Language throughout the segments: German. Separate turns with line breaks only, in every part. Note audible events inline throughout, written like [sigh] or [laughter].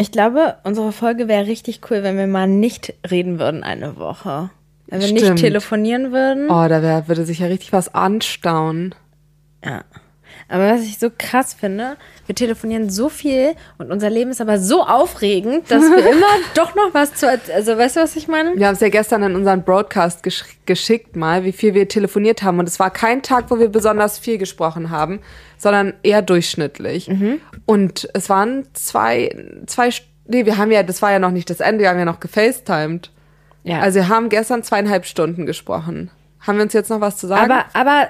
Ich glaube, unsere Folge wäre richtig cool, wenn wir mal nicht reden würden eine Woche. Wenn wir nicht
Stimmt.
telefonieren würden.
Oh, da wär, würde sich ja richtig was anstauen.
Ja. Aber was ich so krass finde, wir telefonieren so viel und unser Leben ist aber so aufregend, dass [laughs] wir immer doch noch was zu. erz- Also, weißt du, was ich meine?
Wir haben es ja gestern in unseren Broadcast gesch geschickt mal, wie viel wir telefoniert haben. Und es war kein Tag, wo wir besonders viel gesprochen haben, sondern eher durchschnittlich.
Mhm.
Und es waren zwei, zwei, St- nee, wir haben ja, das war ja noch nicht das Ende, wir haben ja noch gefacetimed.
Ja.
Also wir haben gestern zweieinhalb Stunden gesprochen. Haben wir uns jetzt noch was zu sagen?
aber, aber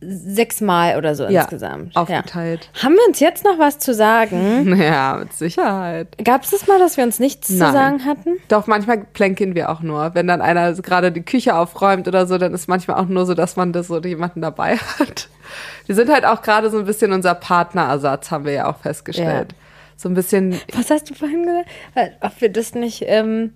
sechsmal oder so
Ja,
insgesamt.
aufgeteilt. [laughs]
Ja. Haben wir uns jetzt noch was zu sagen?
ja, mit Sicherheit.
Gab es das mal, dass wir uns nichts zu
Nein.
sagen hatten?
Doch, manchmal plänkeln wir auch nur. Wenn dann einer gerade die Küche aufräumt oder so, dann ist manchmal auch nur so, dass man das so jemanden dabei [laughs] hat. Wir sind halt auch gerade so ein bisschen unser Partnerersatz, haben wir ja auch festgestellt. So ein bisschen,
Was hast du vorhin gesagt? Äh, Ob wir das nicht. Ähm,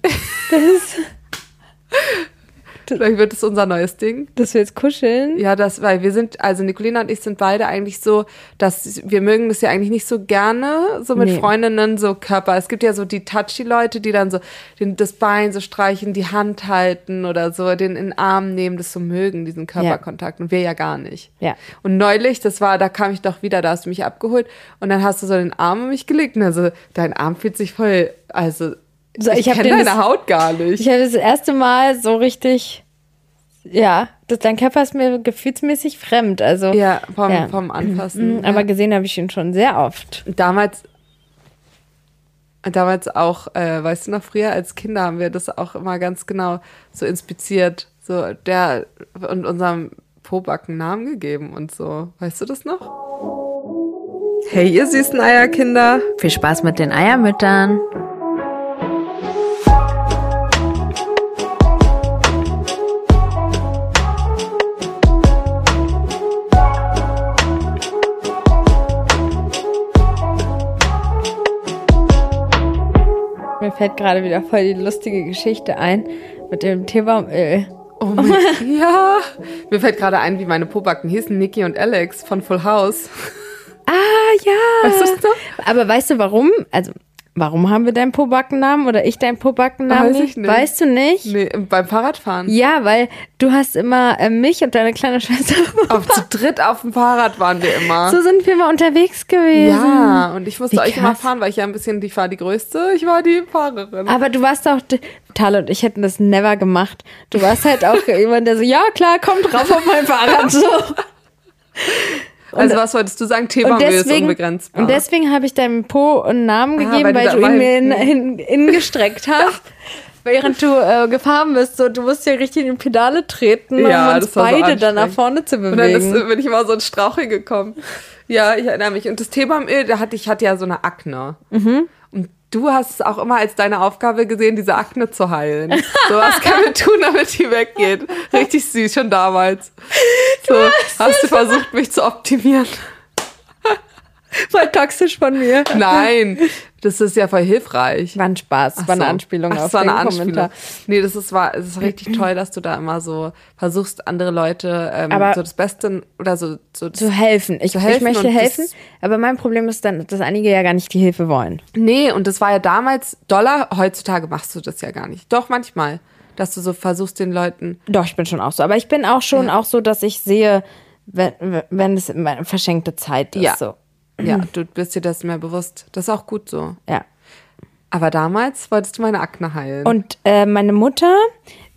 vielleicht wird es unser neues Ding.
dass wir jetzt kuscheln?
Ja, das, weil wir sind, also Nicolina und ich sind beide eigentlich so, dass wir mögen das ja eigentlich nicht so gerne, so mit
Nee.
Freundinnen, so Körper. Es gibt ja so die touchy Leute, die dann so den, das Bein so streichen, die Hand halten oder so, den in den Arm nehmen, das so mögen, diesen Körperkontakt. Und wir ja gar nicht.
Ja.
Und neulich, das war, da kam ich doch wieder, da hast du mich abgeholt und dann hast du so den Arm um mich gelegt und also dein Arm fühlt sich voll, also
So,
ich,
ich hab
kenne
den
deine
das-
Haut gar nicht.
Ich hatte das erste Mal so richtig. Ja, das, dein Körper ist mir gefühlsmäßig fremd. Also,
ja, vom,
Ja.
vom Anfassen.
Aber gesehen habe ich ihn schon sehr oft.
damals damals auch, äh, weißt du noch, früher als Kinder haben wir das auch immer ganz genau so inspiziert, so der und unserem Pobacken Namen gegeben und so. Weißt du das noch? Hey, ihr süßen Eierkinder.
Viel Spaß mit den Eiermüttern.
Mir fällt gerade wieder voll die lustige Geschichte ein mit dem Teebaumöl.
Oh mein Ja. Mir fällt gerade ein, wie meine Pobacken hießen, Nikki und Alex von Full House.
Ah ja.
Weißt du das noch?
Aber weißt du warum? Also, warum haben wir deinen Pobackennamen oder ich deinen Pobackennamen?
Weiß ich nicht.
Weißt du nicht?
Nee, beim Fahrradfahren.
Ja, weil du hast immer äh, mich und deine kleine Schwester.
Auf zu dritt auf dem Fahrrad waren wir immer.
so sind wir mal unterwegs gewesen.
Ah. Ja, und ich musste
Wie
euch immer
krass. Ah,
fahren, weil ich ja ein bisschen, ich war die Größte, ich war die Fahrerin.
Aber du warst auch, Tal und ich hätten das never gemacht. Du warst halt
[laughs]
auch jemand, der so, ja klar, komm drauf auf mein Fahrrad. So.
also was wolltest du sagen? Thema
Und
ist
deswegen,
unbegrenzt. Ah,
und deswegen habe ich deinem Po einen Namen gegeben,
weil
weil,
du da
du ihn
immer
mir
[laughs]
in, in, innen gestreckt hast. Während du äh, gefahren bist, so, du musst ja richtig in die Pedale treten,
Ja,
um uns
das war so
beide dann nach
anstrengend.
vorne zu
und dann ist,
bewegen.
bin ich mal so ein Strauchel gekommen. Ja, ich erinnere mich. Und das Thema am Öl, da hatte ich hatte ja so eine Akne.
Mhm.
Und du hast es auch immer als deine Aufgabe gesehen, diese Akne zu heilen. So was können wir tun, damit die weggeht. Richtig süß, schon damals. So, hast du versucht, mich zu optimieren.
Voll toxisch von mir.
Nein, das ist ja voll hilfreich.
War ein Spaß,
Ach
war eine
so.
Anspielung
Ach,
auf
das war
den
eine Anspielung.
Kommentar.
Nee, das ist, war, es
[clears throat]
ist richtig toll, dass du da immer so versuchst, andere Leute ähm,
Aber-
so das Beste oder so, so das,
Zu helfen. Ich,
Zu helfen
ich möchte
und das-
helfen, aber mein Problem ist dann, dass einige ja gar nicht die Hilfe wollen.
Nee, und das war ja damals Dollar, heutzutage machst du das ja gar nicht. Doch manchmal, dass du so versuchst, den Leuten.
Doch, ich bin schon auch so. Aber ich bin auch schon auch so, dass ich sehe, wenn, wenn es meine verschenkte Zeit ist.
Ja.
So.
Ja,
Mhm.
du bist dir das mehr bewusst. Das ist auch gut so.
ja.
Aber damals wolltest du meine Akne heilen.
Und äh, meine Mutter,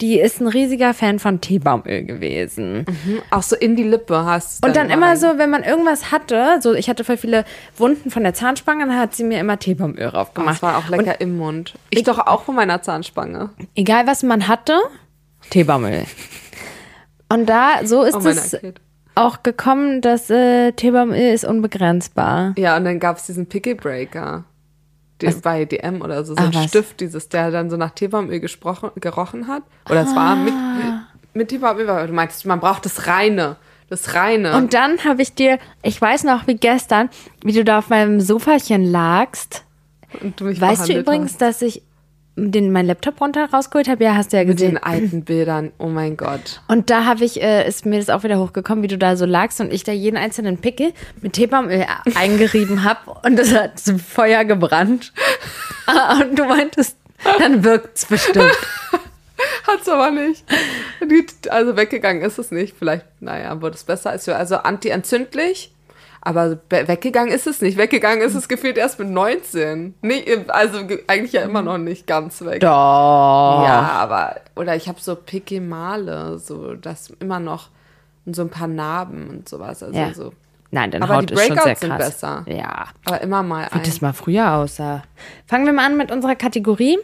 die ist ein riesiger Fan von Teebaumöl gewesen.
Mhm. auch so in die Lippe hast.
Und dann immer so, wenn man irgendwas hatte, so ich hatte voll viele Wunden von der Zahnspange, dann hat sie mir immer Teebaumöl
Das
raufgemacht.
war auch lecker im Mund. Ich, doch auch von meiner Zahnspange. Oh,
Egal was man hatte, Teebaumöl. Und da, so ist
Oh, meine
es
Akne.
auch gekommen, dass äh, Teebaumöl ist unbegrenzbar.
Ja, und dann gab's diesen Pickle Breaker. Den, bei DM oder so, so
Ah,
ein
was?
Stift, dieses, der dann so nach Teebaumöl gesprochen, gerochen hat. Oder es war mit,
Ah.
mit Teebaumöl, weil du meintest, man braucht das Reine. Das Reine.
Und dann habe ich dir, ich weiß noch wie gestern, wie du da auf meinem Sofachen lagst.
Und du mich
Weißt du
behandelt
übrigens, dass ich den, meinen Laptop runter rausgeholt habe? Ja, hast du ja
Mit den
gesehen.
alten Bildern, oh mein Gott.
[laughs] Und da habe ich, äh, ist mir das auch wieder hochgekommen, wie du da so lagst und ich da jeden einzelnen äh, [laughs] Pickel mit Teebaumöl eingerieben habe und das hat so Feuer gebrannt. [laughs] Ah, und du meintest, dann wirkt's
[laughs]
bestimmt.
Hat's aber nicht. Die, also weggegangen ist es nicht. Vielleicht, naja, wurde es besser. Ist ja also anti-entzündlich. Aber be- weggegangen ist es nicht. Weggegangen ist es gefühlt erst mit 19. Nicht, im- also ge- eigentlich ja immer
Mhm.
noch nicht ganz weg.
Oh. Doch.
Ja, aber, oder ich habe so Pikemale, so das immer noch und so ein paar Narben und sowas. Also
Ja.
so.
Nein, deine
Aber
Haut
die
ist schon sehr
Breakouts sind
krass.
besser.
Ja.
Aber immer mal
Wie
ein.
das mal früher aussah. Fangen wir mal an mit unserer Kategorie.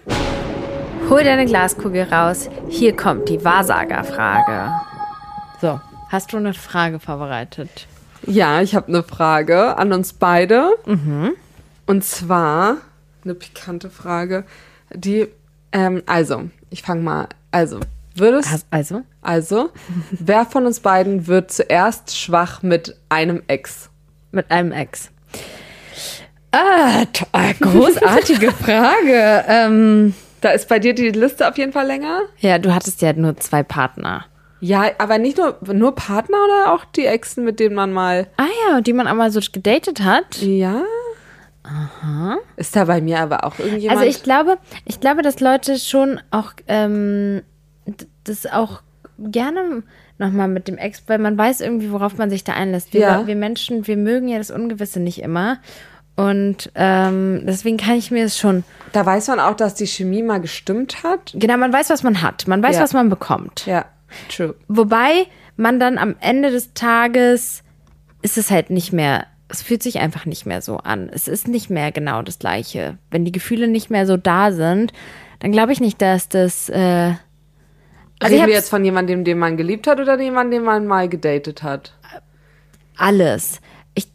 Hol deine Glaskugel raus. Hier kommt die Wahrsagerfrage. So, hast du eine Frage vorbereitet?
Ja, ich habe eine Frage an uns beide.
Mhm.
Und zwar eine pikante Frage, die, ähm, also, ich fange mal, also, würdest,
Hast, also? [laughs]
also, wer von uns beiden wird zuerst schwach mit einem Ex?
Mit einem [laughs] Ex. Ah, to- ah, großartige Frage. Ähm,
[laughs] Da ist bei dir die Liste auf jeden Fall länger.
ja, du hattest ja nur zwei Partner.
Ja, aber nicht nur, nur Partner oder auch die Exen, mit denen man mal,
Ah ja, die man einmal so gedatet hat.
ja? Aha. Ist da bei mir aber auch irgendjemand?
Also ich glaube, ich glaube, dass Leute schon auch ähm, d- das auch gerne nochmal mit dem Ex, weil man weiß irgendwie, worauf man sich da einlässt. Wir,
Ja.
wir Menschen, wir mögen ja das Ungewisse nicht immer. Und ähm, deswegen kann ich mir es schon.
da weiß man auch, dass die Chemie mal gestimmt hat.
Genau, man weiß, was man hat. Man weiß,
Ja.
was man bekommt.
Ja, true.
Wobei man dann am Ende des Tages ist es halt nicht mehr, es fühlt sich einfach nicht mehr so an. Es ist nicht mehr genau das Gleiche. Wenn die Gefühle nicht mehr so da sind, dann glaube ich nicht, dass das. Äh, also, ich
Reden
habe
wir jetzt von jemandem, den man geliebt hat oder jemandem, den man mal gedatet hat?
alles. Ich,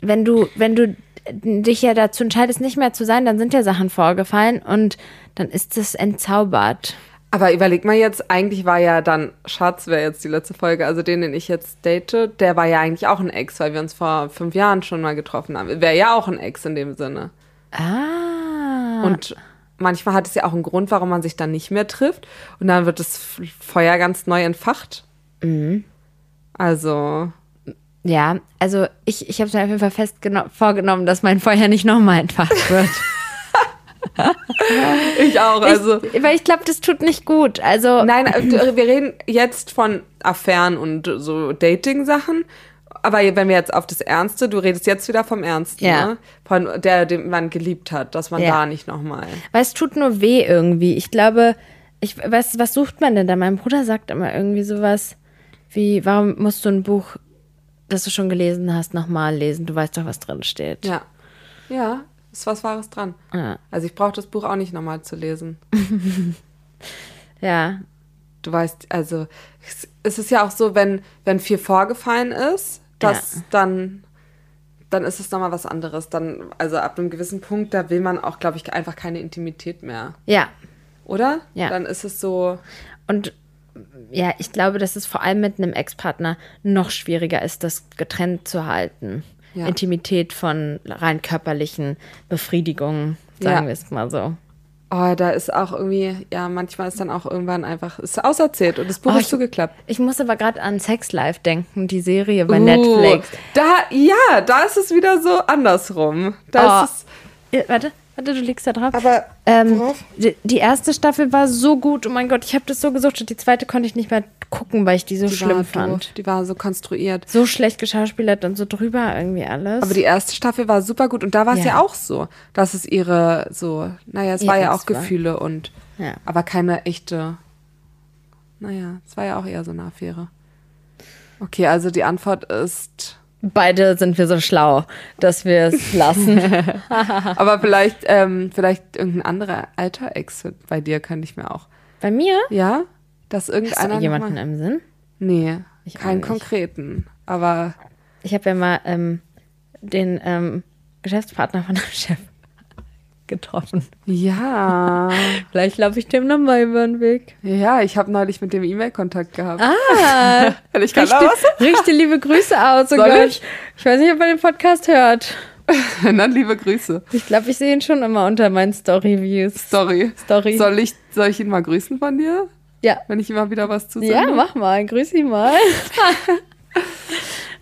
wenn du, wenn du äh, dich ja dazu entscheidest, nicht mehr zu sein, dann sind ja Sachen vorgefallen und dann ist es entzaubert.
Aber überleg mal jetzt, eigentlich war ja dann, Schatz wäre jetzt die letzte Folge, also den, den ich jetzt date, der war ja eigentlich auch ein Ex, weil wir uns vor fünf Jahren schon mal getroffen haben. Wäre ja auch ein Ex in dem Sinne.
Ah.
Und manchmal hat es ja auch einen Grund, warum man sich dann nicht mehr trifft. Und dann wird das F- Feuer ganz neu entfacht. Also,
Ja, also ich, ich habe es mir auf jeden Fall fest vorgenommen, dass mein Feuer nicht nochmal entfacht wird.
ich auch. Also,
[laughs] ich, weil ich glaube, das tut nicht gut. Also
Nein, äh, wir reden jetzt von Affären und so Dating-Sachen. Aber wenn wir jetzt auf das Ernste, du redest jetzt wieder vom Ernsten,
Ja.
ne? Von der, den man geliebt hat, dass man
Ja.
da nicht nochmal.
weil es tut nur weh irgendwie. Ich glaube, ich weiß, was sucht man denn da? Mein Bruder sagt immer irgendwie sowas wie, warum musst du ein Buch, das du schon gelesen hast, nochmal lesen? Du weißt doch, was drin steht.
Ja. Ja, ist was Wahres dran.
Ja.
Also ich brauche das Buch auch nicht nochmal zu lesen.
ja.
Du weißt, also es- es ist ja auch so, wenn, wenn viel vorgefallen ist, dass
Ja.
dann, dann ist es nochmal was anderes. Dann, also ab einem gewissen Punkt, da will man auch, glaube ich, einfach keine Intimität mehr.
Ja.
Oder?
Ja.
Dann ist es so.
Und ja, ich glaube, dass es vor allem mit einem Ex-Partner noch schwieriger ist, das getrennt zu halten.
Ja.
Intimität von rein körperlichen Befriedigungen, sagen
Ja.
wir es mal so.
Oh, da ist auch irgendwie, ja, manchmal ist dann auch irgendwann einfach, ist auserzählt und das Buch
Oh,
ist
ich-
zugeklappt.
Ich muss aber gerade an Sex Life denken, die Serie bei Netflix.
Uh, Da, ja, da ist es wieder so andersrum. Da
Oh.
ist es,
Ja, warte, warte, du liegst da drauf.
Aber
ähm,
worauf?
die, die erste Staffel war so gut. Oh mein Gott, ich habe das so gesuchtet. Die zweite konnte ich nicht mehr gucken, weil ich die so
die
schlimm
war
fand.
doof, Die war so konstruiert.
So schlecht geschauspielert und so drüber irgendwie alles.
Aber die erste Staffel war super gut und da war es
Ja.
ja. auch so, dass es ihre, so, naja, es
Ihr
war ja
Ex
auch
war.
Gefühle und,
Ja.
aber keine echte, naja, es war ja auch eher so eine Affäre. Okay, also die Antwort ist,
[laughs] Beide sind wir so schlau, dass wir
[laughs]
es lassen.
aber vielleicht, ähm, vielleicht irgendein anderer alter Ex bei dir könnte ich mir auch
bei mir?
Ja, dass
Hast
irgendeiner.
du jemanden
nochmal-
im Sinn?
Nee,
Ich auch
keinen
nicht.
konkreten. Aber
Ich habe ja mal ähm, den ähm, Geschäftspartner von dem [laughs] Chef getroffen.
ja.
Vielleicht laufe ich dem nochmal über den Weg.
ja, ich habe neulich mit dem E-Mail-Kontakt gehabt. Ah. [laughs] ich
Richte,
kann da was. [laughs]
richte liebe Grüße aus. Oh
Soll
Gott.
ich?
ich weiß nicht, ob er den Podcast hört.
[laughs] Dann liebe Grüße.
Ich glaube, ich sehe ihn schon immer unter meinen Story-Views.
Sorry.
Sorry.
Soll ich, soll ich ihn mal grüßen von dir?
Ja.
Wenn ich ihm mal wieder was
Ja,
zusage?
mach mal. Grüß ihn mal. [laughs]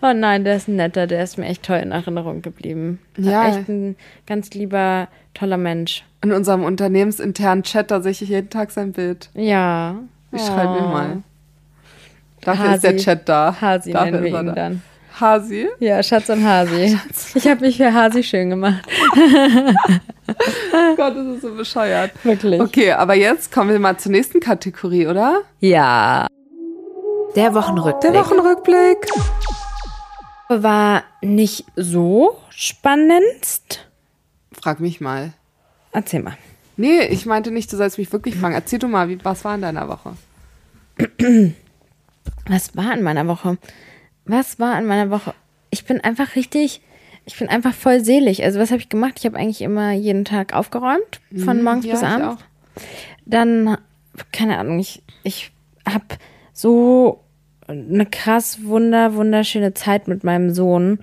Oh nein, der ist ein netter, der ist mir echt toll in Erinnerung geblieben.
Ja.
Echt ein ganz lieber, toller Mensch.
In unserem unternehmensinternen Chat, da sehe ich jeden Tag sein Bild.
Ja.
Ich schreibe ihm mal. Dafür
Ah. Hasi.
ist der Chat da.
Hasi
Dafür
nennen
ist
wir
er
ihn
da.
dann.
Hasi?
Ja, Schatz und
[laughs]
Hasi. Ich habe mich für Hasi schön gemacht.
Oh Gott, das ist so bescheuert.
Wirklich.
Okay, aber jetzt kommen wir mal zur nächsten Kategorie, oder?
Ja.
Der Wochenrückblick.
Wochenrückblick.
War nicht so spannendst.
Frag mich mal.
Erzähl mal.
Nee, ich meinte nicht, du sollst mich wirklich fragen. Erzähl du mal, wie, was war in deiner Woche?
Was war in meiner Woche? Was war in meiner Woche? Ich bin einfach richtig, ich bin einfach voll selig. Also was habe ich gemacht? Ich habe eigentlich immer jeden Tag aufgeräumt, von morgens bis
Mhm. ich
abends.
auch.
dann, keine Ahnung, ich, ich habe so eine krass wunder, wunderschöne Zeit mit meinem Sohn.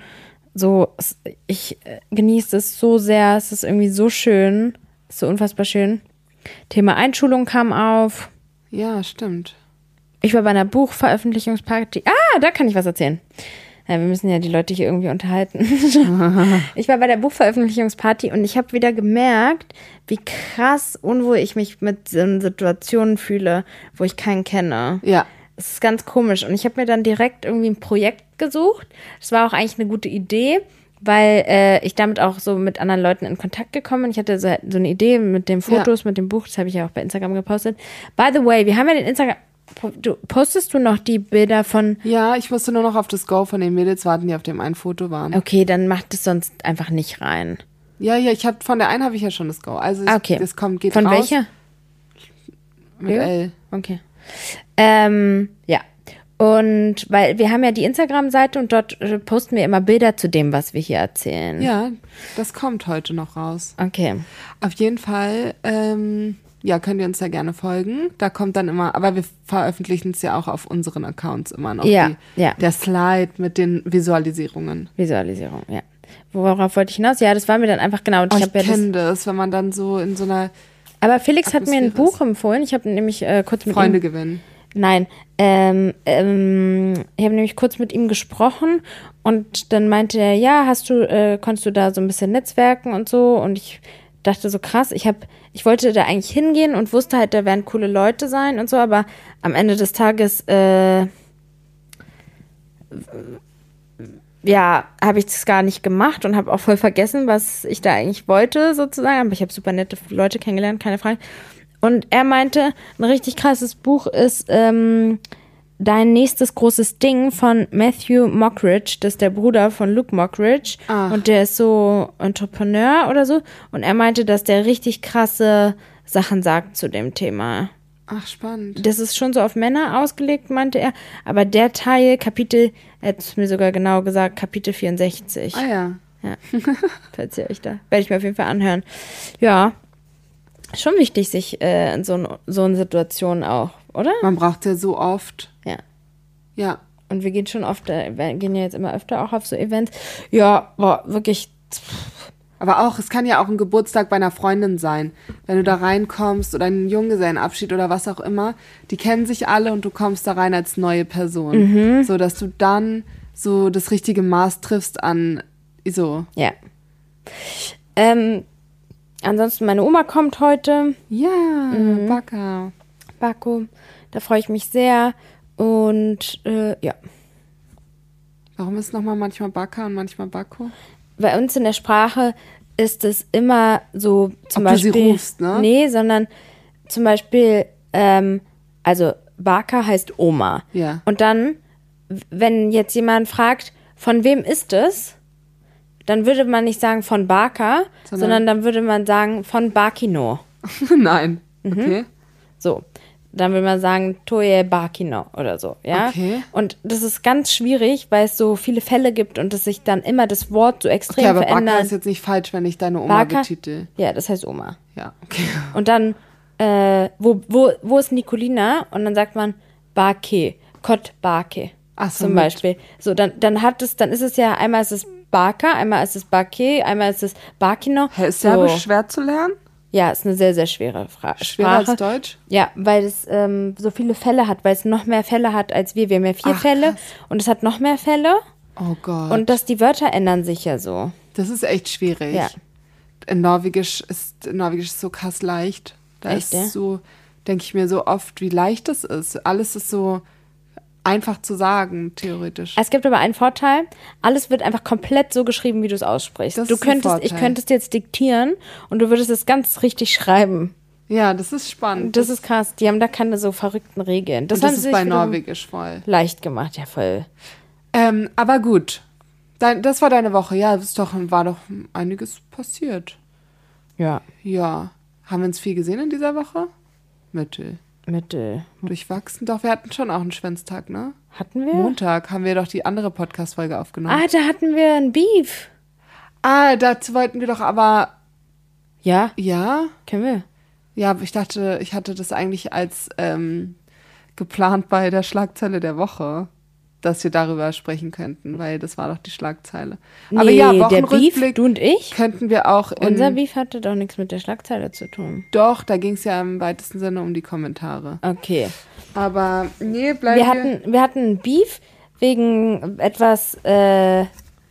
So, es- ich äh, genieße es so sehr, es ist irgendwie so schön, so unfassbar schön. Thema Einschulung kam auf.
Ja, stimmt.
Ich war bei einer Buchveröffentlichungsparty. Ah, da kann ich was erzählen. Ja, wir müssen ja die Leute hier irgendwie unterhalten. [laughs] ich war bei der Buchveröffentlichungsparty und ich habe wieder gemerkt, wie krass unwohl ich mich mit so Situationen fühle, wo ich keinen kenne.
Ja.
Es ist ganz komisch. Und ich habe mir dann direkt irgendwie ein Projekt gesucht. Das war auch eigentlich eine gute Idee, weil äh, ich damit auch so mit anderen Leuten in Kontakt gekommen bin. Ich hatte so, so eine Idee mit den Fotos, mit dem Buch. Das habe ich ja auch bei Instagram gepostet. By the way, wir haben ja den Instagram. po- Du, postest du noch die Bilder von.
Ja, ich musste nur noch auf das Go von den Mädels warten, die auf dem einen Foto waren.
Okay, dann macht es sonst einfach nicht rein.
Ja, ja, ich hab, von der einen habe ich ja schon das Go. Also es,
Ah, okay.
das kommt, geht
Von
raus
welcher?
mit L.
Okay. Ähm, ja. Und weil wir haben ja die Instagram-Seite und dort äh, posten wir immer Bilder zu dem, was wir hier erzählen.
Ja, das kommt heute noch raus.
Okay.
Auf jeden Fall, ähm, ja, könnt ihr uns da gerne folgen. Da kommt dann immer, aber wir veröffentlichen es ja auch auf unseren Accounts immer noch.
Ja,
die,
ja.
Der Slide mit den Visualisierungen.
Visualisierung, ja. Worauf wollte ich hinaus? Ja, das war mir dann einfach genau. Und
Oh,
ich
ich
hab ja das,
kenne das, wenn man dann so in so einer
aber Felix hat mir ein
Atmosphäre
Buch empfohlen. Ich habe nämlich äh, kurz mit
Freunde
ihm.
gewinnen.
Nein, ähm, ähm, ich habe nämlich kurz mit ihm gesprochen und dann meinte er, ja, hast du, äh, konntest du da so ein bisschen netzwerken und so? Und ich dachte so krass, ich habe, ich wollte da eigentlich hingehen und wusste halt, da werden coole Leute sein und so, aber am Ende des Tages äh, ja, habe ich das gar nicht gemacht und habe auch voll vergessen, was ich da eigentlich wollte, sozusagen. Aber ich habe super nette Leute kennengelernt, keine Frage. Und er meinte, ein richtig krasses Buch ist ähm, Dein nächstes großes Ding von Matthew Mockridge. Das ist der Bruder von Luke Mockridge.
Ach.
Und der ist so Entrepreneur oder so. Und er meinte, dass der richtig krasse Sachen sagt zu dem Thema
Ach, spannend.
das ist schon so auf Männer ausgelegt, meinte er. Aber der Teil, Kapitel, er hat es mir sogar genau gesagt, Kapitel 64.
Ah ja.
Falls ihr euch da, werde ich mir auf jeden Fall anhören. Ja, schon wichtig, sich äh, in so, n- so einer Situation auch, oder?
Man braucht ja so oft.
Ja.
Ja.
Und wir gehen schon oft, äh, wir gehen ja jetzt immer öfter auch auf so Events. Ja, boah, wirklich,
Aber auch, es kann ja auch ein Geburtstag bei einer Freundin sein. Wenn du da reinkommst oder einen Junggesellenabschied oder was auch immer, die kennen sich alle und du kommst da rein als neue
Mhm.
Person. So, dass du dann so das richtige Maß triffst an so.
ja. Ähm, ansonsten, meine Oma kommt heute.
Ja,
Mhm.
Baka.
Baku, da freue ich mich sehr. Und äh, ja.
Warum ist nochmal manchmal Baka und manchmal Bako?
bei uns in der Sprache ist es immer so zum
Ob du sie
Beispiel.
rufst, ne?
Nee, sondern zum Beispiel, ähm, also Baka heißt Oma.
Ja.
Und dann, w- wenn jetzt jemand fragt, von wem ist es, dann würde man nicht sagen von Baka, sondern,
Sondern-
dann würde man sagen von Bakino. Mhm.
[laughs] Nein. Okay.
So. Dann würde man sagen, Toye Bakino oder so, ja?
Okay.
Und das ist ganz schwierig, weil es so viele Fälle gibt und dass sich dann immer das Wort so extrem
Okay, aber Baka
verändert.
ist jetzt nicht falsch, wenn ich deine Oma
Baka-
betitel.
Ja, das heißt Oma.
Ja, okay.
Und dann, äh, wo, wo, wo ist Nicolina? Und dann sagt man Bake, Kot Bake.
Ach so,
zum
mit-
Beispiel. So, dann, dann hat es, dann ist es ja, einmal ist es Baka, einmal ist es Bake, einmal ist es Bakino.
Hä, ist
so.
Serbisch schwer zu lernen?
Ja, ist eine sehr, sehr schwere Fra
Schwerer
Sprache.
als Deutsch?
Ja, weil es ähm, so viele Fälle hat, weil es noch mehr Fälle hat als wir. Wir haben ja vier
Ach,
Fälle und es hat noch mehr Fälle.
Oh Gott.
Und dass die Wörter ändern sich ja so.
das ist echt schwierig.
Ja.
In Norwegisch ist Norwegisch ist so krass leicht. Da
Echt,
ist
ja?
so, denke ich mir so oft, wie leicht das ist. Alles ist so einfach zu sagen, theoretisch.
Es gibt aber einen Vorteil. Alles wird einfach komplett so geschrieben, wie du es aussprichst.
Das
du
ist ein
könntest, ich
Vorteil.
könntest jetzt diktieren und du würdest es ganz richtig schreiben.
ja, das ist spannend.
Das ist krass. Die haben da keine so verrückten Regeln. Das,
Und das
haben sie
ist
sich
bei
wiederum
Norwegisch voll.
leicht gemacht, ja voll.
Ähm, aber gut. Dein, das war deine Woche. Ja, ist doch, war doch einiges passiert.
Ja,
Ja. Haben wir uns viel gesehen in dieser Woche? Mittel.
Mittel.
Durchwachsen. Doch, wir hatten schon auch einen Schwänztag, ne?
Hatten wir?
Montag haben wir doch die andere Podcast-Folge aufgenommen.
Ah, da hatten wir ein Beef.
Ah, dazu wollten wir doch aber.
Ja,
Ja?
können wir.
Ja, aber ich dachte, ich hatte das eigentlich als ähm, geplant bei der Schlagzeile der Woche, dass wir darüber sprechen könnten, weil das war doch die Schlagzeile. aber
Nee,
ja,
der Beef,
Wochenrückblick
du und ich.
könnten wir auch in.
Unser Beef hatte doch nichts mit der Schlagzeile zu tun.
Doch, da ging es ja im weitesten Sinne um die Kommentare.
Okay.
Aber nee, bleiben
Wir hatten, wir hatten ein Beef wegen etwas, äh,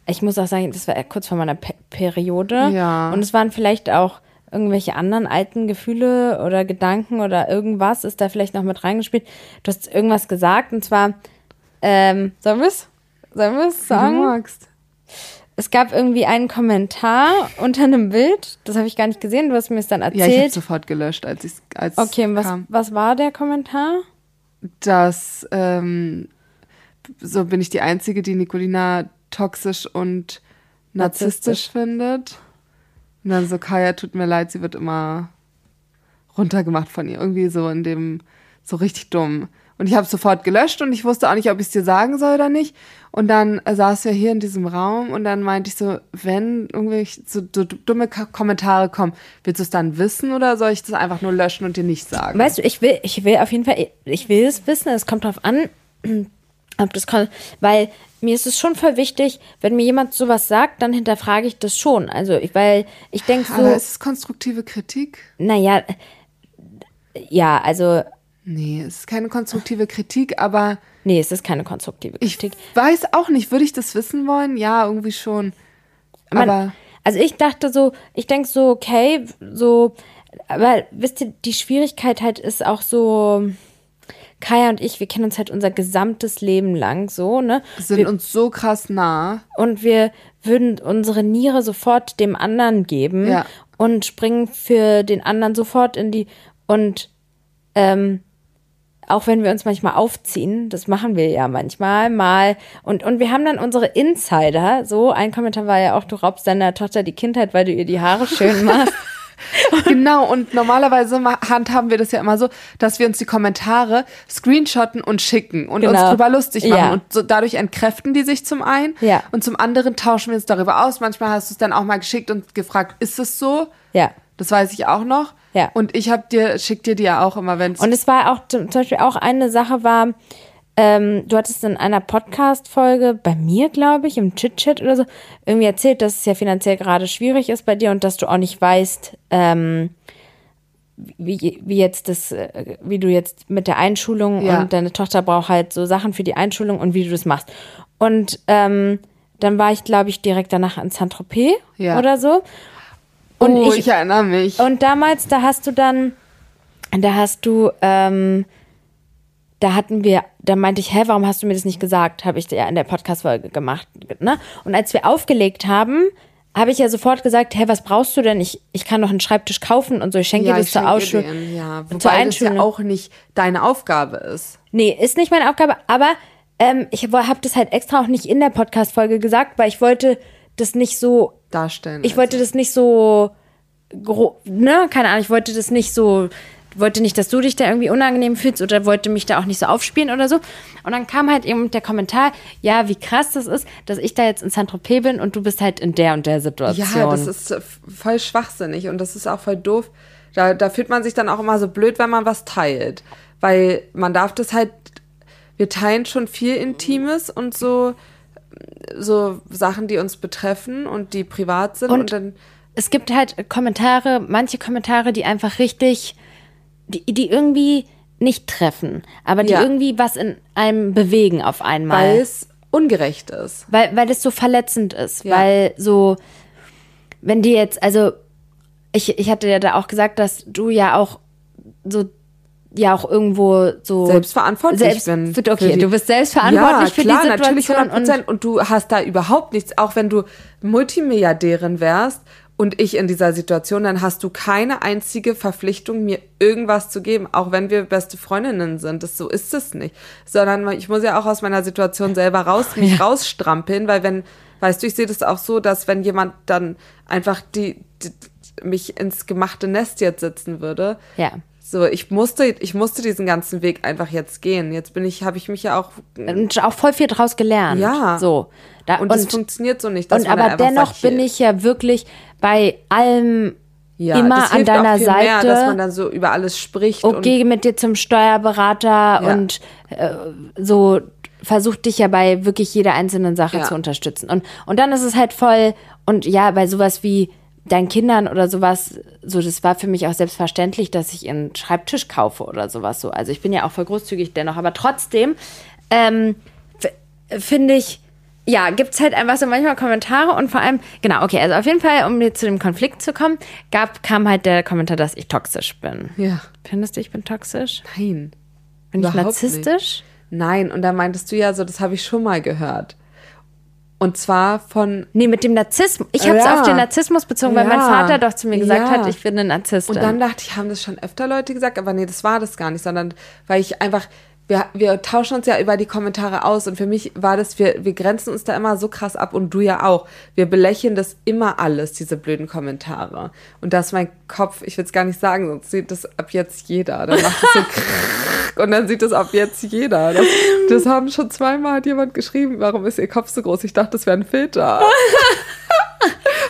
ich muss auch sagen, das war kurz vor meiner Pe Periode.
Ja.
Und es waren vielleicht auch irgendwelche anderen alten Gefühle oder Gedanken oder irgendwas ist da vielleicht noch mit reingespielt. Du hast irgendwas gesagt und zwar, ähm, sollen wir es? Sollen wir es
du
sagen?
magst.
Es gab irgendwie einen Kommentar unter einem Bild, das habe ich gar nicht gesehen, du hast mir es dann
Ja, ich habe
erzählt.
sofort gelöscht, als ich als
okay, und was,
kam.
was war der Kommentar?
Dass ähm, so bin ich die einzige, die Nicolina toxisch und narzisstisch, findet. Und dann so Kaya, tut mir leid, sie wird immer runtergemacht von ihr, irgendwie so in dem so richtig dumm. Und ich habe sofort gelöscht und ich wusste auch nicht, ob ich es dir sagen soll oder nicht. Und dann äh, saßen wir hier in diesem Raum und dann meinte ich so, wenn irgendwelche so, so dumme Ka- Kommentare kommen, willst du es dann wissen oder soll ich das einfach nur löschen und dir nicht sagen?
Weißt du, ich will, ich will auf jeden Fall, ich will es wissen, es kommt drauf an, [clears throat] ob das kommt, weil mir ist es schon voll wichtig, wenn mir jemand sowas sagt, dann hinterfrage ich das schon. Also, ich, weil ich denke
Aber
so,
ist es konstruktive Kritik?
naja, ja, also,
Nee, es ist keine konstruktive Kritik, aber
nee, es ist keine konstruktive
ich
Kritik.
weiß auch nicht, würde ich das wissen wollen? Ja, irgendwie schon.
Man-
Aber
also ich dachte so, ich denke so, okay, so, aber wisst ihr, die Schwierigkeit halt ist auch so, Kaya und ich, wir kennen uns halt unser gesamtes Leben lang so, ne?
sind uns so krass nah. [laughs]
und wir würden unsere Niere sofort dem anderen geben
Ja.
und springen für den anderen sofort in die und ähm, auch wenn wir uns manchmal aufziehen, das machen wir ja manchmal mal und und wir haben dann unsere Insider. So ein Kommentar war ja auch, du raubst deiner Tochter die Kindheit, weil du ihr die Haare schön machst.
genau, und normalerweise ma- handhaben wir das ja immer so, dass wir uns die Kommentare screenshotten und schicken und uns
Genau.
drüber lustig machen.
Ja.
Und so, dadurch entkräften die sich zum einen
Ja.
und zum anderen tauschen wir uns darüber aus. Manchmal hast du es dann auch mal geschickt und gefragt, ist es so?
ja.
Das weiß ich auch noch.
Ja.
Und ich hab dir, schick dir die ja auch immer, wenn es
Und es war auch zum zum Beispiel auch eine Sache war, ähm, du hattest in einer Podcast-Folge bei mir, glaube ich, im Chit-Chat oder so, irgendwie erzählt, dass es ja finanziell gerade schwierig ist bei dir und dass du auch nicht weißt, ähm, wie, wie jetzt das, äh, wie du jetzt mit der Einschulung
Ja.
und deine Tochter braucht halt so Sachen für die Einschulung und wie du das machst. Und ähm, dann war ich, glaube ich, direkt danach in Saint-Tropez
Ja.
oder so. Und
oh,
ich,
ich erinnere mich.
und damals, da hast du dann, da hast du, ähm, da hatten wir, da meinte ich, hä, warum hast du mir das nicht gesagt? Habe ich ja in der Podcast-Folge gemacht. Ne? Und als wir aufgelegt haben, habe ich ja sofort gesagt, hä, was brauchst du denn? Ich, ich kann doch einen Schreibtisch kaufen und so, ich schenke dir das
ich
zur
schenke
Ausschulung.
den, Ja,
zur
wobei das ja
Einschulung.
auch nicht deine Aufgabe ist.
Nee, ist nicht meine Aufgabe, aber ähm, ich habe das halt extra auch nicht in der Podcast-Folge gesagt, weil ich wollte das nicht so
Darstellen.
ich wollte das nicht so gro ne, keine Ahnung, ich wollte das nicht so wollte nicht, dass du dich da irgendwie unangenehm fühlst oder wollte mich da auch nicht so aufspielen oder so. Und dann kam halt eben der Kommentar, ja, wie krass das ist, dass ich da jetzt in Saint-Tropez bin und du bist halt in der und der Situation.
Ja, das ist äh, voll schwachsinnig und das ist auch voll doof. Da, da fühlt man sich dann auch immer so blöd, wenn man was teilt. Weil man darf das halt, wir teilen schon viel Intimes und so, so Sachen, die uns betreffen und die privat sind. Und,
Und-
dann,
es gibt halt Kommentare, manche Kommentare, die einfach richtig, die, die irgendwie nicht treffen, aber die
Ja.
irgendwie was in einem bewegen auf einmal.
weil es ungerecht ist.
Weil, weil das so verletzend ist.
Ja.
Weil so, wenn die jetzt, also ich, ich hatte ja da auch gesagt, dass du ja auch so, ja auch irgendwo so.
Selbstverantwortlich
selbst,
bin.
Für,
für
okay,
die-
du bist selbstverantwortlich für die Situation.
natürlich 100%. Und, du hast da überhaupt nichts, auch wenn du Multimilliardärin wärst und ich in dieser Situation, dann hast du keine einzige Verpflichtung, mir irgendwas zu geben, auch wenn wir beste Freundinnen sind. Das, so ist es nicht. Sondern ich muss ja auch aus meiner Situation selber raus, mich rausstrampeln, weil wenn, weißt du, ich sehe das auch so, dass wenn jemand dann einfach die, die mich ins gemachte Nest jetzt sitzen würde,
Ja.
so, ich musste, ich musste diesen ganzen Weg einfach jetzt gehen. Jetzt bin ich, habe ich mich ja auch
und, und auch voll viel draus gelernt.
Ja.
So. Da,
und, das funktioniert so nicht. Dass
Und
man
aber
da einfach
dennoch
sagt,
bin
hier-
ich ja wirklich bei allem
ja,
immer
das
an
hilft
deiner
auch viel Mehr,
Seite.
dass man dann so über alles spricht.
okay mit dir zum Steuerberater und äh, so versucht dich ja bei wirklich jeder einzelnen Sache
Ja.
zu unterstützen. Und, und dann ist es halt voll, und ja, bei sowas wie deinen Kindern oder sowas, so das war für mich auch selbstverständlich, dass ich einen Schreibtisch kaufe oder sowas so. Also ich bin ja auch voll großzügig dennoch, aber trotzdem ähm, f- finde ich, ja, gibt's halt einfach so manchmal Kommentare und vor allem, genau, okay, also auf jeden Fall, um jetzt zu dem Konflikt zu kommen, gab, kam halt der Kommentar, dass ich toxisch bin.
Und, ja,
Findest du, ich bin toxisch?
nein.
Bin ich
Überhaupt
narzisstisch?
Nein, und da meintest du ja so, das habe ich schon mal gehört. Und zwar von,
Nee, mit dem Narzissmus. Ich habe es
Ja.
auf den Narzissmus bezogen, weil mein
Ja.
Vater doch zu mir gesagt
Ja.
hat, ich bin eine Narzisstin.
und dann dachte ich, haben das schon öfter Leute gesagt, aber nee, das war das gar nicht, sondern weil ich einfach, wir, wir tauschen uns ja über die Kommentare aus und für mich war das, wir, wir grenzen uns da immer so krass ab und du ja auch. Wir belächeln das immer alles, diese blöden Kommentare. Und da ist mein Kopf, ich will es gar nicht sagen, sonst sieht das ab jetzt jeder. Dann macht es so krrrk und dann sieht das ab jetzt jeder. Das, das haben schon zweimal hat jemand geschrieben, warum ist ihr Kopf so groß? Ich dachte, das wäre ein Filter. [laughs]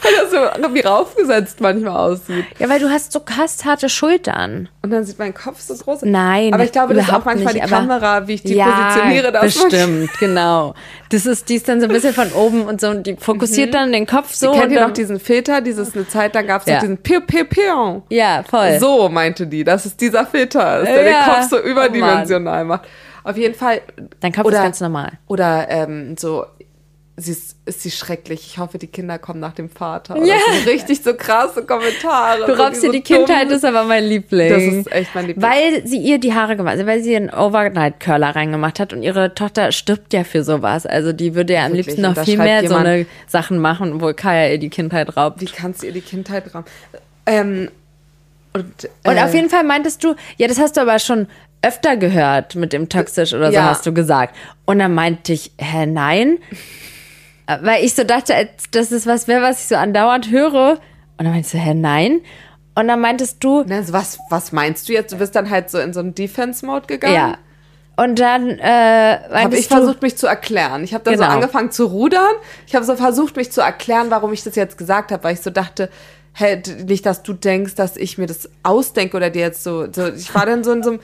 Weil das so wie raufgesetzt manchmal aussieht.
ja, weil du hast so kastharte Schultern.
Und dann sieht mein Kopf so groß. aus.
Nein,
Aber ich glaube, das ist auch
überhaupt
manchmal
nicht,
die
aber-
Kamera, wie ich die positioniere. Dass man- [laughs]
bestimmt, genau. Das ist, die ist dann so ein bisschen von oben und so, und die fokussiert dann den Kopf so.
Mhm. Kennt
und
ihr
dann,
noch diesen Filter? Dieses eine Zeit, dann gab es
Ja.
noch diesen Piu, Piu, Piu.
ja, voll.
So meinte die, dass es dieser Filter ist, der
Ja.
den Kopf so
Oh Mann.
überdimensional macht. Auf jeden Fall.
Dein Kopf ist ganz normal.
Oder ähm, so, sie ist, ist sie schrecklich. Ich hoffe, die Kinder kommen nach dem Vater. Oder so richtig so krasse Kommentare.
Du raubst
so
dir die Kindheit, ist aber mein Liebling.
Das ist echt mein Liebling.
Weil sie ihr die Haare gemacht hat, weil sie einen Overnight-Curler reingemacht hat und ihre Tochter stirbt ja für sowas. Also die würde ja am
Wirklich,
liebsten
und
noch
da
viel
schreibt
mehr so
jemand-
eine Sachen machen, obwohl Kaya ihr die Kindheit raubt.
Wie kannst du ihr die Kindheit rauben? Ähm, und äh,
Und auf jeden Fall meintest du, ja, das hast du aber schon öfter gehört mit dem toxisch oder so
Ja.
hast du gesagt. Und dann meinte ich, hä, nein? Äh, Weil ich so dachte, als das ist was wäre, was ich so andauernd höre. Und dann meinst du, hä, nein? Und dann meintest du,
Na, Also was, was meinst du jetzt? Du bist dann halt so in so einen Defense-Mode gegangen.
ja. Und dann äh,
Habe
meintest
ich
du,
versucht, mich zu erklären. Ich habe dann so
Genau.
angefangen zu rudern. Ich habe so versucht, mich zu erklären, warum ich das jetzt gesagt habe, weil ich so dachte, hey, d- nicht, dass du denkst, dass ich mir das ausdenke oder dir jetzt so. so ich war dann so in so einem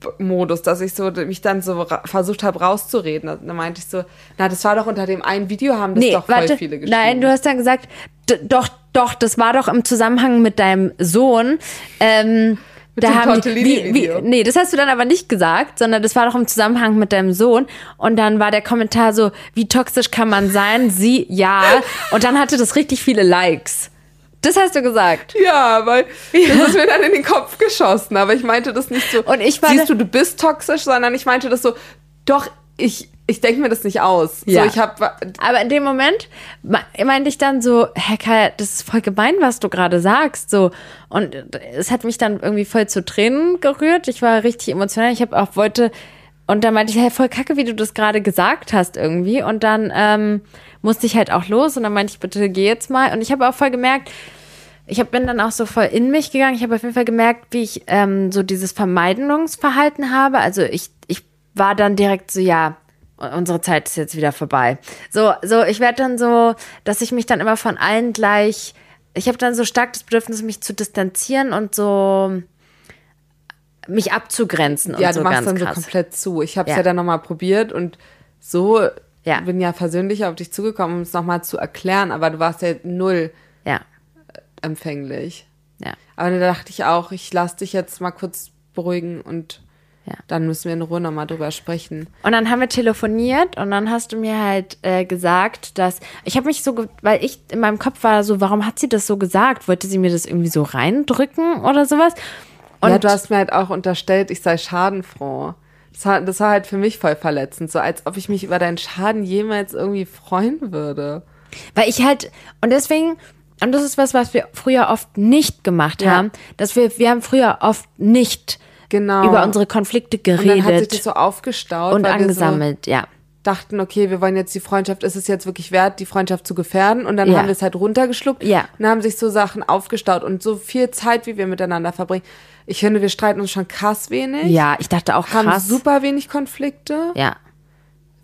Kampfmodus, dass ich so mich dann so ra- versucht habe, rauszureden. Und Dann meinte ich so, na, das war doch unter dem einen Video, haben das
nee,
doch voll
warte,
viele geschrieben.
nein, du hast dann gesagt, d- doch, doch, das war doch im Zusammenhang mit deinem Sohn. Ähm, da
dem
haben die, wie, wie,
Tortellini-Video.
nee, das hast du dann aber nicht gesagt, sondern das war doch im Zusammenhang mit deinem Sohn. Und dann war der Kommentar so, wie toxisch kann man sein? Sie, ja. Und dann hatte das richtig viele Likes. Das hast du gesagt.
Ja, weil das ist mir dann in den Kopf geschossen. Aber ich meinte das nicht so.
Und ich war
siehst
da-
du, du bist toxisch, sondern ich meinte das so. Doch ich, ich denke mir das nicht aus.
Ja.
So, ich habe
Aber in dem Moment me- meinte ich dann so, Herr Kai, das ist voll gemein, was du gerade sagst. So. Und es hat mich dann irgendwie voll zu Tränen gerührt. Ich war richtig emotional. Ich habe auch wollte, und dann meinte ich, hey, voll kacke, wie du das gerade gesagt hast irgendwie. Und dann ähm, musste ich halt auch los. Und dann meinte ich, bitte geh jetzt mal. Und ich habe auch voll gemerkt, ich hab, bin dann auch so voll in mich gegangen. Ich habe auf jeden Fall gemerkt, wie ich ähm, so dieses Vermeidungsverhalten habe. Also ich, ich war dann direkt so, ja, u- unsere Zeit ist jetzt wieder vorbei. So, so ich werde dann so, dass ich mich dann immer von allen gleich, ich habe dann so stark das Bedürfnis, mich zu distanzieren und so mich abzugrenzen
ja,
und
du
so
machst
ganz
dann so
krass.
komplett zu. Ich habe es
Ja.
ja. dann nochmal probiert und so
Ja.
bin ja versöhnlich auf dich zugekommen, um es nochmal zu erklären. Aber du warst ja null
ja,
empfänglich.
ja.
Aber da dachte ich auch, ich lass dich jetzt mal kurz beruhigen und
Ja.
Dann müssen wir in Ruhe nochmal drüber sprechen.
Und dann haben wir telefoniert und dann hast du mir halt äh, gesagt, dass ich habe mich so, ge- weil ich in meinem Kopf war so, warum hat sie das so gesagt? Wollte sie mir das irgendwie so reindrücken oder sowas? Und
ja, du hast mir halt auch unterstellt, ich sei schadenfroh. Das war, das war halt für mich voll verletzend, so als ob ich mich über deinen Schaden jemals irgendwie freuen würde.
Weil ich halt, und deswegen, und das ist was, was wir früher oft nicht gemacht
Ja.
haben, dass wir, wir haben früher oft nicht
Genau.
über unsere Konflikte
Und dann hat sich das
geredet
so aufgestaut
und
weil wir so-
angesammelt, ja.
dachten, okay, wir wollen jetzt die Freundschaft, ist es jetzt wirklich wert, die Freundschaft zu gefährden? Und dann
Ja.
haben wir es halt runtergeschluckt
Ja.
und dann haben sich so Sachen aufgestaut und so viel Zeit, wie wir miteinander verbringen. Ich finde, wir streiten uns schon krass wenig.
Ja, ich dachte auch
Haben
krass.
super wenig Konflikte.
ja.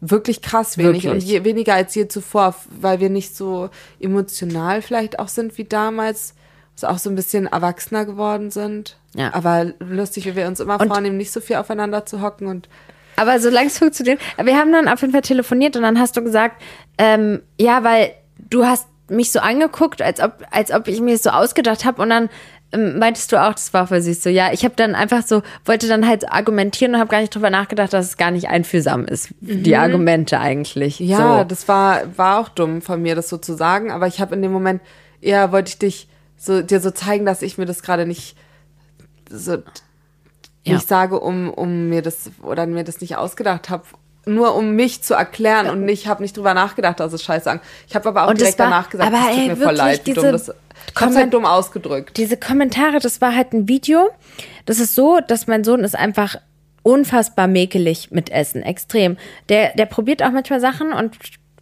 Wirklich krass wenig.
Wirklich.
Und je, weniger als je zuvor, f- weil wir nicht so emotional vielleicht auch sind wie damals. Also auch so ein bisschen erwachsener geworden sind.
Ja.
Aber lustig, wie wir uns immer vornehmen, nicht so viel aufeinander zu hocken und
Aber solange es funktioniert. Wir haben dann auf jeden Fall telefoniert und dann hast du gesagt, ähm, ja, weil du hast mich so angeguckt, als ob, als ob ich mir es so ausgedacht habe und dann ähm, meintest du auch, das war voll süß so, ja, ich habe dann einfach so, wollte dann halt argumentieren und habe gar nicht drüber nachgedacht, dass es gar nicht einfühlsam ist, die Argumente eigentlich.
Ja,
so.
das war, war auch dumm von mir, das so zu sagen, aber ich habe in dem Moment eher wollte ich dich so, dir so zeigen, dass ich mir das gerade nicht so
Ja.
nicht sage, um, um mir das oder mir das nicht ausgedacht habe. Nur um mich zu erklären und nicht, habe nicht drüber nachgedacht, dass es scheiße an. Ich habe aber auch
Und das
direkt
war-
danach gesagt,
aber
das tut
ey,
mir voll
wirklich,
leid, wie dumm
diese
das. Ich hab's
Komment-
halt dumm ausgedrückt.
diese Kommentare, das war halt ein Video. Das ist so, dass mein Sohn ist einfach unfassbar mäkelig mit Essen, extrem. Der, der probiert auch manchmal Sachen und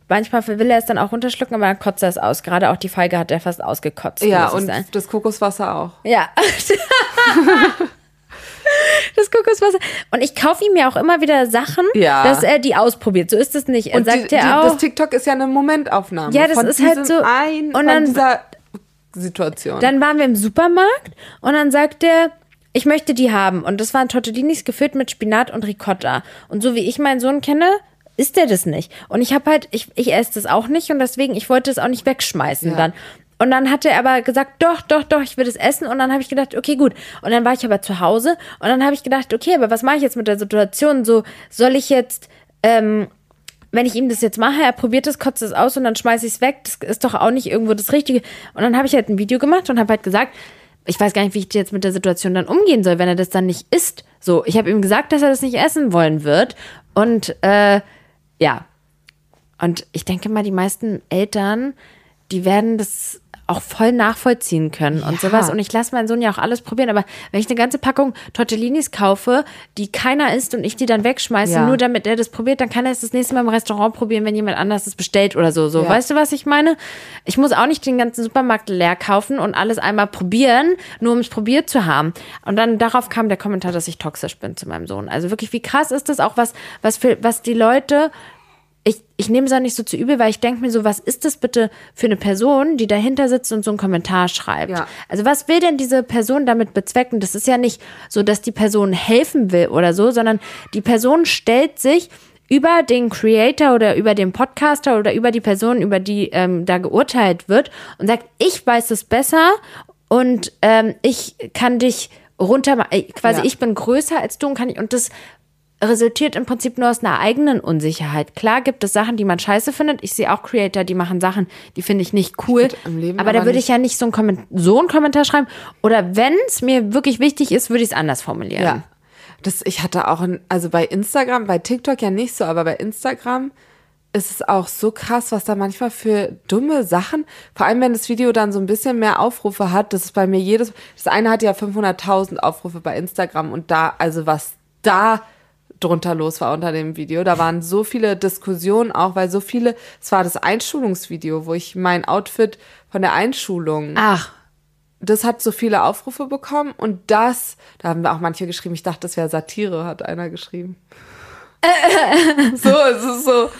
manchmal will er es dann auch runterschlucken, aber dann kotzt er es aus. Gerade auch die Feige hat er fast ausgekotzt.
Ja,
muss ich
und
sagen.
das Kokoswasser auch.
Ja. [laughs] Das Kokoswasser. Und ich kaufe ihm ja auch immer wieder Sachen,
Ja.
dass er die ausprobiert. So ist es nicht. Er
Und
sagt
die,
ja
die,
auch.
das TikTok ist ja eine Momentaufnahme.
Ja, das
von
ist halt
diesem
so-
Ein,
und
von
dann-
dieser Situation.
Dann waren wir im Supermarkt und dann sagt er, ich möchte die haben. Und das waren Tortellinis gefüllt mit Spinat und Ricotta. Und so wie ich meinen Sohn kenne, isst er das nicht. Und ich habe halt, ich, ich esse das auch nicht und deswegen, ich wollte es auch nicht wegschmeißen
Ja.
dann. Und dann hat er aber gesagt, doch, doch, doch, ich will das essen. Und dann habe ich gedacht, okay, gut. Und dann war ich aber zu Hause und dann habe ich gedacht, okay, aber was mache ich jetzt mit der Situation? So, soll ich jetzt, ähm, wenn ich ihm das jetzt mache, er probiert es, kotzt es aus und dann schmeiße ich es weg. Das ist doch auch nicht irgendwo das Richtige. Und dann habe ich halt ein Video gemacht und habe halt gesagt, ich weiß gar nicht, wie ich jetzt mit der Situation dann umgehen soll, wenn er das dann nicht isst. So, ich habe ihm gesagt, dass er das nicht essen wollen wird. Und äh, ja. Und ich denke mal, die meisten Eltern, die werden das auch voll nachvollziehen können und
Ja.
sowas. Und ich lasse meinen Sohn ja auch alles probieren. Aber wenn ich eine ganze Packung Tortellinis kaufe, die keiner isst und ich die dann wegschmeiße,
Ja.
nur damit er das probiert, dann kann er es das nächste Mal im Restaurant probieren, wenn jemand anders es bestellt oder so. so.
Ja.
Weißt du, was ich meine? Ich muss auch nicht den ganzen Supermarkt leer kaufen und alles einmal probieren, nur um es probiert zu haben. Und dann darauf kam der Kommentar, dass ich toxisch bin zu meinem Sohn. Also wirklich, wie krass ist das auch, was, was, für, was die Leute ich, ich nehme es auch nicht so zu übel, weil ich denke mir so, was ist das bitte für eine Person, die dahinter sitzt und so einen Kommentar schreibt?
Ja.
Also was will denn diese Person damit bezwecken? Das ist ja nicht so, dass die Person helfen will oder so, sondern die Person stellt sich über den Creator oder über den Podcaster oder über die Person, über die ähm, da geurteilt wird und sagt, ich weiß es besser und ähm, ich kann dich runter, äh, quasi
Ja.
ich bin größer als du und kann ich, und das resultiert im Prinzip nur aus einer eigenen Unsicherheit. Klar gibt es Sachen, die man scheiße findet. Ich sehe auch Creator, die machen Sachen, die finde ich nicht cool.
find im Leben
aber da
aber
würde
nicht-
ich ja nicht so einen, Komment so einen Kommentar schreiben. Oder wenn es mir wirklich wichtig ist, würde ich es anders formulieren.
Ja. Das, ich hatte auch, ein, also bei Instagram, bei TikTok ja nicht so, aber bei Instagram ist es auch so krass, was da manchmal für dumme Sachen, vor allem wenn das Video dann so ein bisschen mehr Aufrufe hat, das ist bei mir jedes, das eine hat ja 500.000 Aufrufe bei Instagram und da, also was da drunter los war unter dem Video, da waren so viele Diskussionen auch, weil so viele, es war das Einschulungsvideo, wo ich mein Outfit von der Einschulung
Ach,
das hat so viele Aufrufe bekommen und das, da haben auch manche geschrieben, ich dachte, das wäre Satire, hat einer
[laughs]
geschrieben. so, es ist so.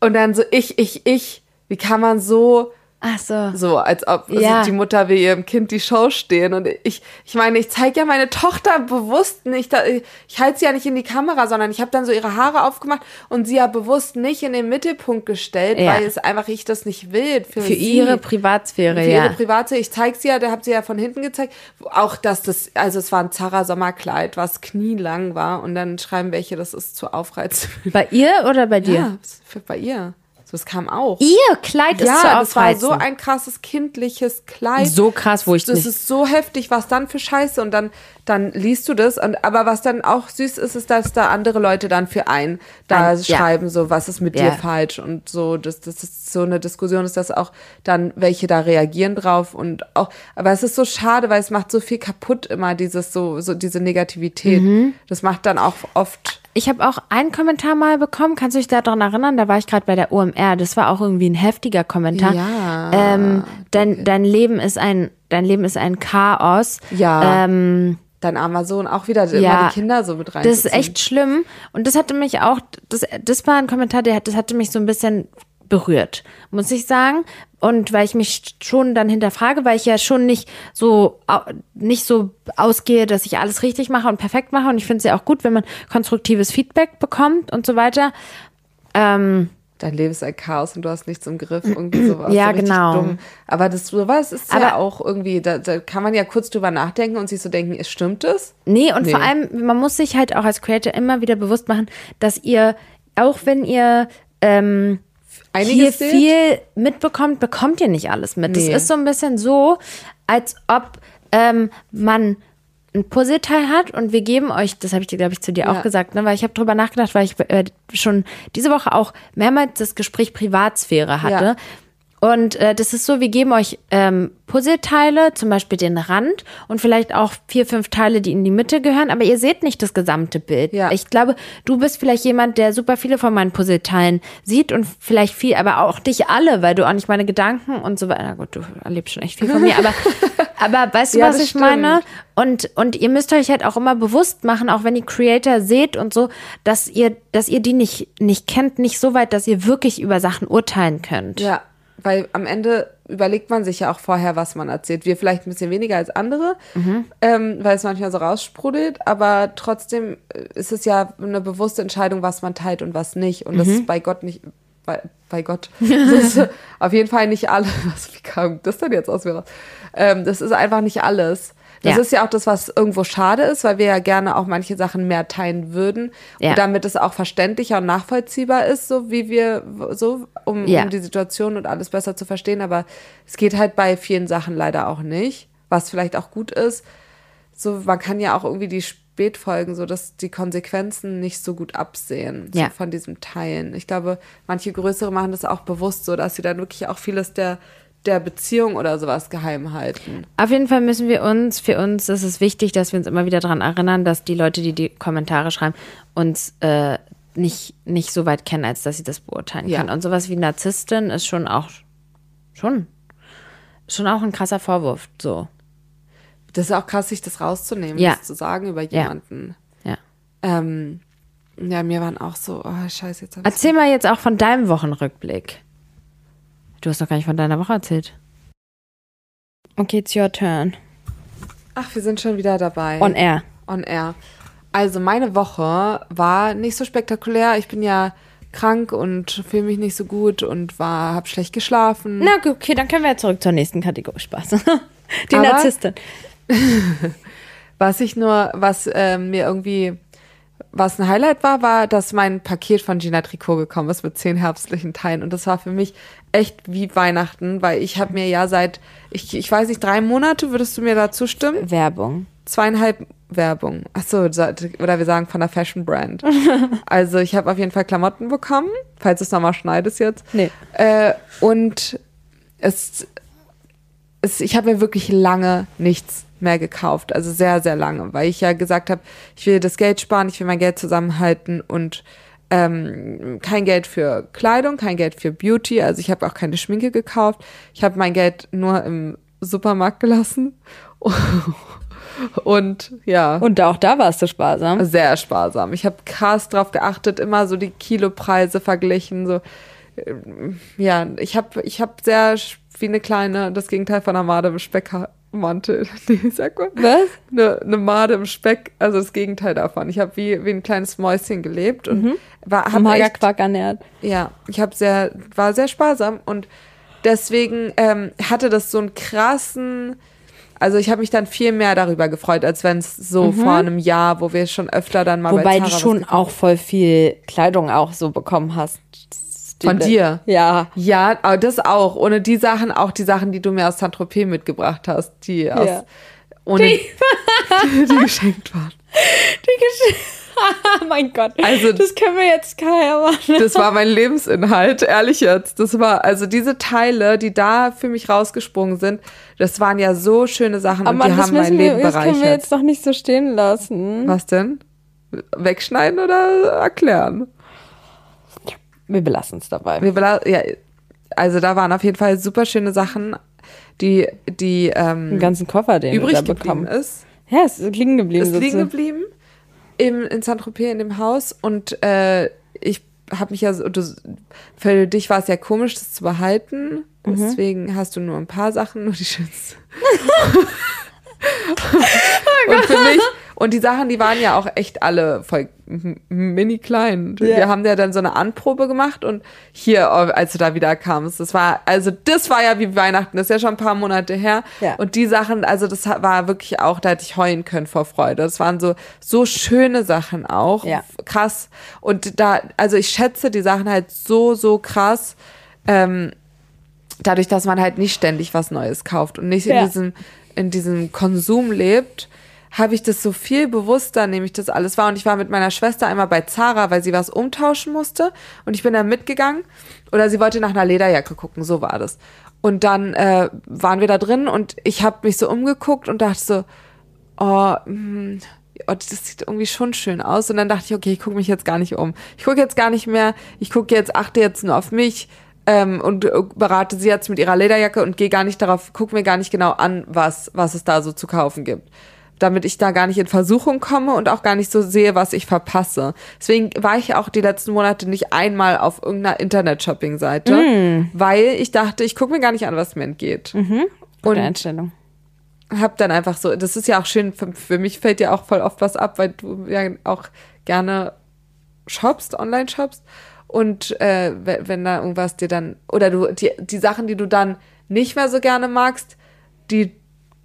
Und dann so ich, ich, ich. Wie kann man so
Ach so.
So, als ob also
Ja.
die Mutter will ihrem Kind die Show stehen. Und ich, ich meine, ich zeige ja meine Tochter bewusst nicht. Da, ich halte sie ja nicht in die Kamera, sondern ich habe dann so ihre Haare aufgemacht und sie ja bewusst nicht in den Mittelpunkt gestellt,
Ja.
weil es einfach ich das nicht will.
Für
sie.
ihre Privatsphäre,
Für
ja.
ihre Private, ich zeig's sie ja, da habt sie ja von hinten gezeigt. Auch, dass das, also es war ein Zara Sommerkleid, was knielang war und dann schreiben welche, das ist zu aufreizend.
bei ihr oder bei dir?
Ja, für, bei ihr. So, es kam auch.
Ihr Kleid ist zu
ja, das war
aufreizend.
so ein krasses kindliches Kleid.
So krass, wo ich
Das
nicht-
ist so heftig, was dann für Scheiße und dann, dann liest du das und, aber was dann auch süß ist, ist, dass da andere Leute dann für ein da
Ein- ja.
schreiben, so, was ist mit
Ja.
dir falsch und so, das, das ist so eine Diskussion, ist das auch dann, welche da reagieren drauf und auch, aber es ist so schade, weil es macht so viel kaputt immer, dieses so, so diese Negativität.
Mhm.
Das macht dann auch oft,
Ich habe auch einen Kommentar mal bekommen. Kannst du dich daran erinnern? Da war ich gerade bei der OMR. Das war auch irgendwie ein heftiger Kommentar.
Ja.
Ähm, dein, dein Leben ist ein, dein Leben ist ein Chaos.
Ja.
Ähm,
dein armer Sohn auch wieder
ja.
immer die Kinder so mit rein.
das ist echt schlimm. Und das hatte mich auch, das, das war ein Kommentar, der, hat- das hatte mich so ein bisschen berührt, muss ich sagen. Und weil ich mich schon dann hinterfrage, weil ich ja schon nicht so, au- nicht so ausgehe, dass ich alles richtig mache und perfekt mache. Und ich finde es ja auch gut, wenn man konstruktives Feedback bekommt und so weiter.
dein Leben ist ein Chaos und du hast nichts im Griff, irgendwie sowas.
Ja,
so richtig
genau.
Dumm. Aber das sowas ist ja
Aber-
auch irgendwie, da, da kann man ja kurz drüber nachdenken und sich so denken, es stimmt es?
Nee, und
Nee.
vor allem, man muss sich halt auch als Creator immer wieder bewusst machen, dass ihr, auch wenn ihr ähm, hier
Einiges seht?
viel mitbekommt, bekommt ihr nicht alles mit.
Nee.
Das ist so ein bisschen so, als ob ähm, man ein Puzzleteil hat und wir geben euch, das habe ich dir, glaube ich, zu dir
Ja.
auch gesagt, ne? weil ich habe drüber nachgedacht, weil ich äh, schon diese Woche auch mehrmals das Gespräch Privatsphäre hatte.
Ja.
Und äh, das ist so, wir geben euch ähm, Puzzleteile, zum Beispiel den Rand und vielleicht auch vier, fünf Teile, die in die Mitte gehören, aber ihr seht nicht das gesamte Bild.
Ja.
Ich glaube, du bist vielleicht jemand, der super viele von meinen Puzzleteilen sieht und vielleicht viel, aber auch dich alle, weil du auch nicht meine Gedanken und so weiter. Na gut, du erlebst schon echt viel von mir,
[laughs]
aber, aber weißt du,
Ja,
was
das
ich meine? Und, und ihr müsst euch halt auch immer bewusst machen, auch wenn ihr Creator seht und so, dass ihr, dass ihr die nicht, nicht kennt, nicht so weit, dass ihr wirklich über Sachen urteilen könnt.
Ja, weil am Ende überlegt man sich ja auch vorher, was man erzählt. Wir vielleicht ein bisschen weniger als andere,
Mhm.
ähm, weil es manchmal so raussprudelt, aber trotzdem äh, ist es ja eine bewusste Entscheidung, was man teilt und was nicht. Und
Mhm.
das ist bei Gott nicht. Bei,
[laughs]
bei Gott. Das ist auf jeden Fall nicht alles. [laughs] Was, wie kam das denn jetzt aus mir raus? Ähm, das ist einfach nicht alles. Das
Ja.
ist ja auch das, was irgendwo schade ist, weil wir ja gerne auch manche Sachen mehr teilen würden.
Ja.
Und damit es auch verständlicher und nachvollziehbar ist, so wie wir, so, um,
Ja.
um die Situation und alles besser zu verstehen, aber es geht halt bei vielen Sachen leider auch nicht, was vielleicht auch gut ist. So, man kann ja auch irgendwie die Spätfolgen, so dass die Konsequenzen nicht so gut absehen so
Ja.
von diesem Teilen. Ich glaube, manche Größere machen das auch bewusst, so dass sie dann wirklich auch vieles der, der Beziehung oder sowas geheim halten.
Auf jeden Fall müssen wir uns, für uns ist es wichtig, dass wir uns immer wieder daran erinnern, dass die Leute, die die Kommentare schreiben, uns äh, nicht, nicht so weit kennen, als dass sie das beurteilen
Ja.
können. Und sowas wie Narzisstin ist schon auch, schon, schon auch ein krasser Vorwurf, so,
Das ist auch krass, sich das rauszunehmen,
Ja.
das zu sagen über jemanden.
ja.
Ja, ähm, ja mir waren auch so, oh scheiße, jetzt hab ich
Erzähl mal jetzt auch von deinem Wochenrückblick. Du hast noch gar nicht von deiner Woche erzählt. Okay, it's your turn.
Ach, wir sind schon wieder dabei.
On air.
On air. Also meine Woche war nicht so spektakulär. Ich bin ja krank und fühle mich nicht so gut und war habe schlecht geschlafen.
Na gut, okay, dann können wir ja zurück zur nächsten Kategorie. Spaß. [laughs] Die
Aber-
Narzisstin.
Was ich nur, was ähm, mir irgendwie, was ein Highlight war, war, dass mein Paket von Gina Tricot gekommen ist mit zehn herbstlichen Teilen. Und das war für mich echt wie Weihnachten, weil ich habe mir ja seit, ich, ich weiß nicht, drei Monate, würdest du mir dazu stimmen?
Werbung.
zweieinhalb Werbung. Ach so, so- oder wir sagen von der Fashion Brand. Also ich habe auf jeden Fall Klamotten bekommen, falls du es nochmal schneidest jetzt.
Nee.
Äh, und es, es ich habe mir wirklich lange nichts mehr gekauft. Also sehr, sehr lange, weil ich ja gesagt habe, ich will das Geld sparen, ich will mein Geld zusammenhalten und ähm, kein Geld für Kleidung, kein Geld für Beauty. Also ich habe auch keine Schminke gekauft. Ich habe mein Geld nur im Supermarkt gelassen. [laughs] Und ja,
Und auch da warst du sparsam.
sehr sparsam. Ich habe krass drauf geachtet, immer äh, so die Kilopreise verglichen. So ähm, ja, ich habe ich habe sehr sch- wie eine kleine, das Gegenteil von einer Made im Speckmantel. [laughs] Nee, sag mal.
Was?
Eine, eine Made im Speck, also das Gegenteil davon. Ich habe wie, wie ein kleines Mäuschen gelebt
Mhm.
und war, hab
Am
echt,
Magerquark ernährt.
ja, ich habe sehr, war sehr sparsam und deswegen ähm, hatte das so einen krassen, also ich habe mich dann viel mehr darüber gefreut, als wenn es so vor einem Jahr, wo wir schon öfter dann mal bei
Mhm. Wobei
Zara
du
was
schon auch voll viel Kleidung auch so bekommen hast.
Von dir?
Ja.
Ja, aber das auch. Ohne die Sachen, auch die Sachen, die du mir aus Saint-Tropez mitgebracht hast, die aus,
Ja.
ohne, [laughs] die. geschenkt waren.
Oh [laughs] mein Gott.
Also-
das können wir jetzt keiner machen.
Das war mein Lebensinhalt, ehrlich jetzt. Das war, also diese Teile, die da für mich rausgesprungen sind, das waren ja so schöne Sachen
Aber
und die
das,
haben mein
müssen wir,
Leben
das können wir
bereichert.
jetzt doch nicht so stehen lassen.
Was denn? Wegschneiden oder erklären?
Wir belassen es dabei.
Wir bela- ja, also da waren auf jeden Fall super schöne Sachen, die, die ähm,
Den ganzen Koffer, den wir
übrig
da
geblieben
bekommen.
ist.
Ja, es ist liegen geblieben.
ist liegen
sozusagen.
geblieben im, in Saint-Tropez in dem Haus und äh, ich habe mich ja so, du, für dich war es ja komisch, das zu behalten. Deswegen hast du nur ein paar Sachen, nur die [laughs] schönsten. und für mich, und die Sachen, die waren ja auch echt alle voll m- mini klein. Wir haben ja dann so eine Anprobe gemacht und hier, oh, als du da wieder kamst, das war, also das war ja wie Weihnachten, das ist ja schon ein paar Monate her.
Ja.
Und die Sachen, also das ha- war wirklich auch, da hätte ich heulen können vor Freude. Das waren so, so schöne Sachen auch.
Ja.
Krass. Und da, also ich schätze die Sachen halt so, so krass. Ähm, dadurch, dass man halt nicht ständig was Neues kauft und nicht in
Ja.
diesem, in diesem Konsum lebt, habe ich das so viel bewusster, nämlich das alles war. Und ich war mit meiner Schwester einmal bei Zara, weil sie was umtauschen musste. Und ich bin dann mitgegangen. Oder sie wollte nach einer Lederjacke gucken, so war das. Und dann äh, waren wir da drin und ich habe mich so umgeguckt und dachte so, oh, hm, oh, das sieht irgendwie schon schön aus. Und dann dachte ich, okay, ich gucke mich jetzt gar nicht um. Ich gucke jetzt gar nicht mehr. Ich gucke jetzt, achte jetzt nur auf mich ähm, und äh, berate sie jetzt mit ihrer Lederjacke und gehe gar nicht darauf, gucke mir gar nicht genau an, was, was es da so zu kaufen gibt. Damit ich da gar nicht in Versuchung komme und auch gar nicht so sehe, was ich verpasse. Deswegen war ich auch die letzten Monate nicht einmal auf irgendeiner Internet-Shopping-Seite, weil ich dachte, ich gucke mir gar nicht an, was mir entgeht.
Gute
Und
Einstellung.
hab dann einfach so, das ist ja auch schön, für, für mich fällt ja auch voll oft was ab, weil du ja auch gerne shoppst, online shoppst und äh, we- wenn da irgendwas dir dann, oder du, die, die Sachen, die du dann nicht mehr so gerne magst, die,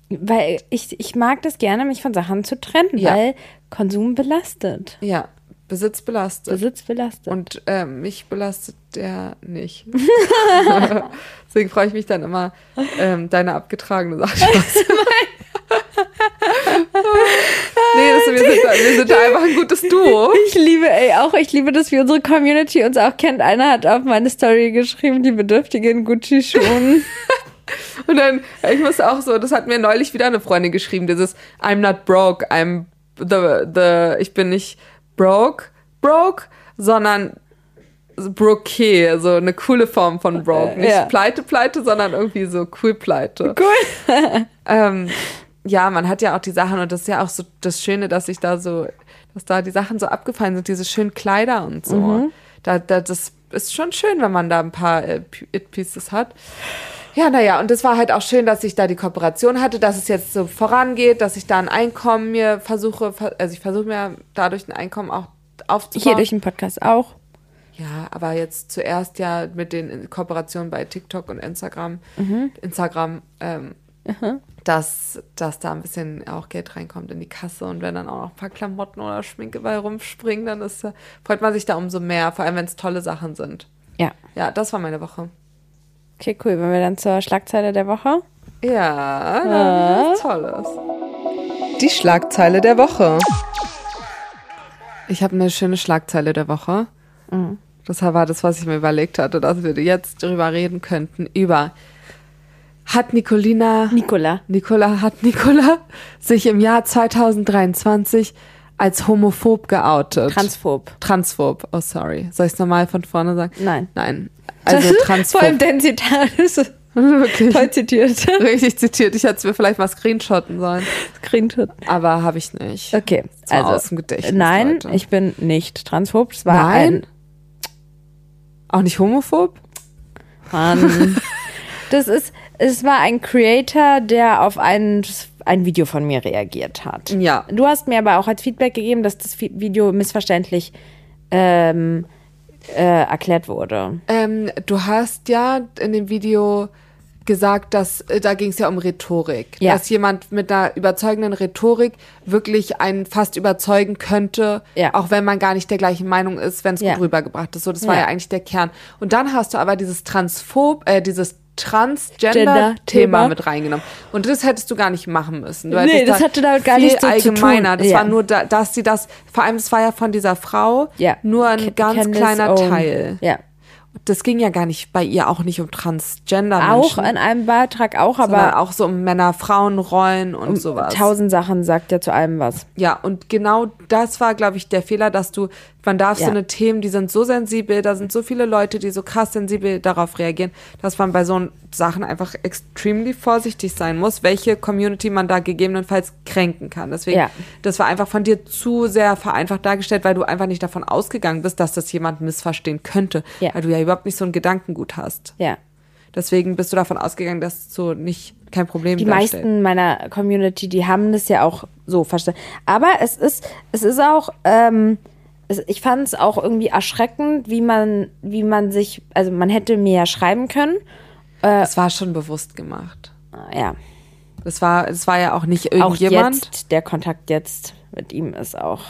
Weil ich, ich mag das gerne, mich von Sachen zu trennen,
Ja.
weil Konsum belastet.
ja, Besitz belastet.
Besitz belastet.
Und äh, mich belastet der nicht. Deswegen freue ich mich dann immer, ähm, deine abgetragene Sache. nee, das, wir, sind, da- wir sind da einfach ein gutes Duo.
Ich liebe, ey, auch, ich liebe, dass wir unsere Community uns auch kennt. Einer hat auf meine Story geschrieben, die bedürftigen
[laughs]
Gucci-Schuhen.
Und dann, ich muss auch so, das hat mir neulich wieder eine Freundin geschrieben, dieses I'm not broke, I'm the, the ich bin nicht broke, broke, sondern Brokee, so eine coole Form von broke. Nicht
Ja.
pleite, pleite, sondern irgendwie so cool pleite.
Cool.
[laughs] Ähm, ja, man hat ja auch die Sachen und das ist ja auch so das Schöne, dass ich da so, dass da die Sachen so abgefallen sind, diese schönen Kleider und so.
Mhm.
Da, da, das ist schon schön, wenn man da ein paar äh, P- It-Pieces hat. Ja, naja, und es war halt auch schön, dass ich da die Kooperation hatte, dass es jetzt so vorangeht, dass ich da ein Einkommen mir versuche, ver- also ich versuche mir dadurch ein Einkommen auch aufzubauen.
Hier durch den Podcast auch.
Ja, aber jetzt zuerst ja mit den Kooperationen bei TikTok und Instagram,
Mhm.
Instagram, ähm, dass, dass da ein bisschen auch Geld reinkommt in die Kasse und wenn dann auch noch ein paar Klamotten oder Schminke bei rumspringen, dann ist, äh, freut man sich da umso mehr, vor allem wenn es tolle Sachen sind.
Ja.
Ja, das war meine Woche.
Okay, cool. Wenn wir dann zur Schlagzeile der Woche.
Ja, das ist Tolles. Die Schlagzeile der Woche. Ich habe eine schöne Schlagzeile der Woche. Mhm. Das war das, was ich mir überlegt hatte, dass wir jetzt drüber reden könnten. Über hat Nicolina,
Nicola.
Nicola, hat Nicola sich im Jahr 2023 als homophob geoutet?
Transphob.
Transphob. Oh, sorry. Soll ich es nochmal von vorne sagen?
Nein.
Nein. [laughs] Also
[laughs] Vor allem
transphob.
dein Zitat ist
Wirklich.
toll
[laughs]
zitiert.
Richtig zitiert. Ich hätte es mir vielleicht mal screenshotten sollen.
Screenshot.
Aber habe ich nicht.
Okay,
war
also
aus dem Gedächtnis,
nein,
Leute.
ich bin nicht transphob. Es war
Nein? Auch nicht homophob?
ein Mann. [laughs] Das ist, es war ein Creator, der auf ein, ein Video von mir reagiert hat.
Ja.
Du hast mir aber auch als Feedback gegeben, dass das Vi- Video missverständlich ähm, äh, erklärt wurde.
Ähm, du hast ja in dem Video gesagt, dass äh, da ging es ja um Rhetorik,
Ja.
dass jemand mit einer überzeugenden Rhetorik wirklich einen fast überzeugen könnte,
Ja.
auch wenn man gar nicht der gleichen Meinung ist, wenn es
Ja.
gut rübergebracht ist. So, das war
Ja.
ja eigentlich der Kern. Und dann hast du aber dieses Transphob, äh, dieses
Gender-Thema.
Transgender-Thema mit reingenommen. Und das hättest du gar nicht machen müssen. Du
Nee,
hättest
das
da
hatte damit gar
viel
nichts so zu tun.
allgemeiner. Das
Ja.
war nur, da, dass sie das, vor allem, es war ja von dieser Frau
Ja.
nur ein
Ca-
ganz
Candace
kleiner
Owens.
Teil.
Ja.
Das ging ja gar nicht bei ihr auch nicht um transgender
Auch
Menschen,
in einem Beitrag, auch,
sondern
aber Um
auch so um Männer-Frauen-Rollen und sowas.
tausend Sachen sagt ja zu allem was.
Ja, und genau das war, glaube ich, der Fehler, dass du, man darf
Ja.
so eine Themen, die sind so sensibel, da sind so viele Leute, die so krass sensibel darauf reagieren, dass man bei so Sachen einfach extremely vorsichtig sein muss, welche Community man da gegebenenfalls kränken kann. Deswegen,
Ja.
das war einfach von dir zu sehr vereinfacht dargestellt, weil du einfach nicht davon ausgegangen bist, dass das jemand missverstehen könnte,
Ja.
weil du ja überhaupt nicht so ein Gedankengut hast.
Ja.
Deswegen bist du davon ausgegangen, dass es so nicht kein Problem
Die
darstellt.
meisten meiner Community, die haben das ja auch so verstanden. Aber es ist, es ist auch, ähm, es, ich fand es auch irgendwie erschreckend, wie man, wie man sich, also man hätte mir ja schreiben können. äh,
Das war schon bewusst gemacht.
Ja.
Das war, es war ja auch nicht
Auch
irgendjemand.
jetzt, der Kontakt jetzt mit ihm ist auch.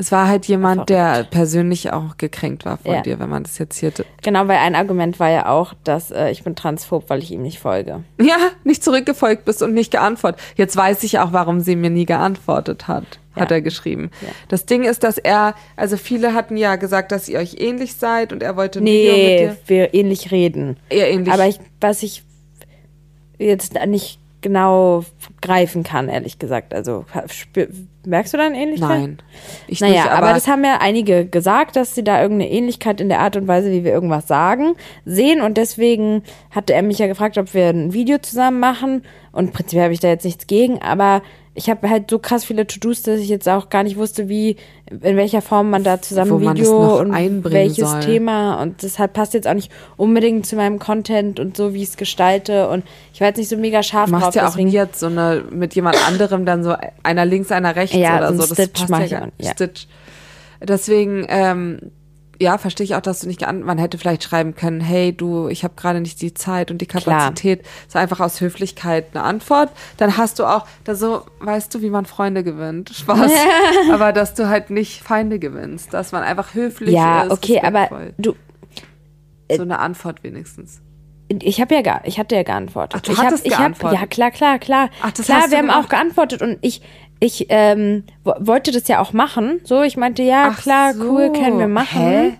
Es war halt jemand,
Verrückt.
der persönlich auch gekränkt war von
Ja.
dir, wenn man das jetzt hier. [laughs]
Genau, weil ein Argument war ja auch, dass äh, ich bin transphob, weil ich ihm nicht folge.
Ja, nicht zurückgefolgt bist und nicht geantwortet. Jetzt weiß ich auch, warum sie mir nie geantwortet hat, hat
Ja.
er geschrieben. Das Ding ist, dass er, also viele hatten ja gesagt, dass ihr euch ähnlich seid und er wollte ein Video
Nee,
mit
wir ähnlich reden.
dir. Eher ähnlich.
Aber ich, was ich jetzt nicht genau greifen kann, ehrlich gesagt. Also spür, merkst du da eine Ähnlichkeit?
Nein. Ich
naja,
nicht,
aber, das haben ja einige gesagt, dass sie da irgendeine Ähnlichkeit in der Art und Weise, wie wir irgendwas sagen, sehen. Und deswegen hatte er mich ja gefragt, ob wir ein Video zusammen machen. Und prinzipiell habe ich da jetzt nichts gegen, aber ich habe halt so krass viele To-Dos, dass ich jetzt auch gar nicht wusste, wie, in welcher Form man da zusammen
Wo
ein
man
Video
es noch
und
einbringen
welches
soll.
Thema. Und deshalb passt jetzt auch nicht unbedingt zu meinem Content und so, wie ich es gestalte. Und ich war jetzt nicht so mega scharf
Du machst
drauf.
ja auch
deswegen
nie jetzt so eine mit jemand anderem dann so einer links, einer rechts
Ja,
oder
so ein
so.
Stitch mach ich
gar-
auch, ja.
Stitch. Deswegen, ähm, ja, verstehe ich auch, dass du nicht geantwortet. Man hätte vielleicht schreiben können, hey, du, ich habe gerade nicht die Zeit und die Kapazität. So einfach aus Höflichkeit eine Antwort. Dann hast du auch, da so weißt du, wie man Freunde gewinnt.
[laughs]
Spaß. aber dass du halt nicht Feinde gewinnst, dass man einfach höflich
ja,
ist.
okay, äh, aber
respektvoll.
du,
so eine Antwort wenigstens.
Ich habe ja gar, ich hatte ja geantwortet.
Ach, du
ich hab-
hattest
ich
geantwortet.
Hab, ja, klar, klar, klar.
Ach, das
klar,
hast du
wir haben
gemacht.
auch geantwortet und ich, ich ähm, wo- wollte das ja auch machen. So, ich meinte, ja,
Ach
klar,
so.
cool, können wir machen. ne?
Hä?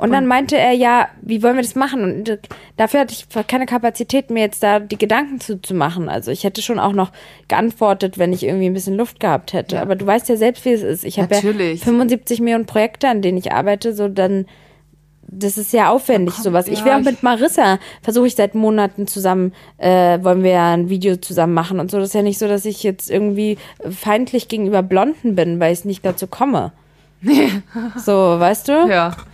Und dann meinte er, ja, wie wollen wir das machen? Und d- dafür hatte ich keine Kapazität, mir jetzt da die Gedanken zu, zu machen. Also ich hätte schon auch noch geantwortet, wenn ich irgendwie ein bisschen Luft gehabt hätte. Aber du weißt ja selbst, wie es ist. Ich habe ja
Natürlich.
75 Millionen Projekte, an denen ich arbeite, so dann das ist ja aufwendig, sowas. ich
ja,
wäre auch
ich-
mit Marissa, versuche ich seit Monaten zusammen, äh, wollen wir ja ein Video zusammen machen und so. Das ist ja nicht so, dass ich jetzt irgendwie feindlich gegenüber Blonden bin, weil ich nicht dazu
[laughs]
komme. so, weißt du?
Ja. [laughs]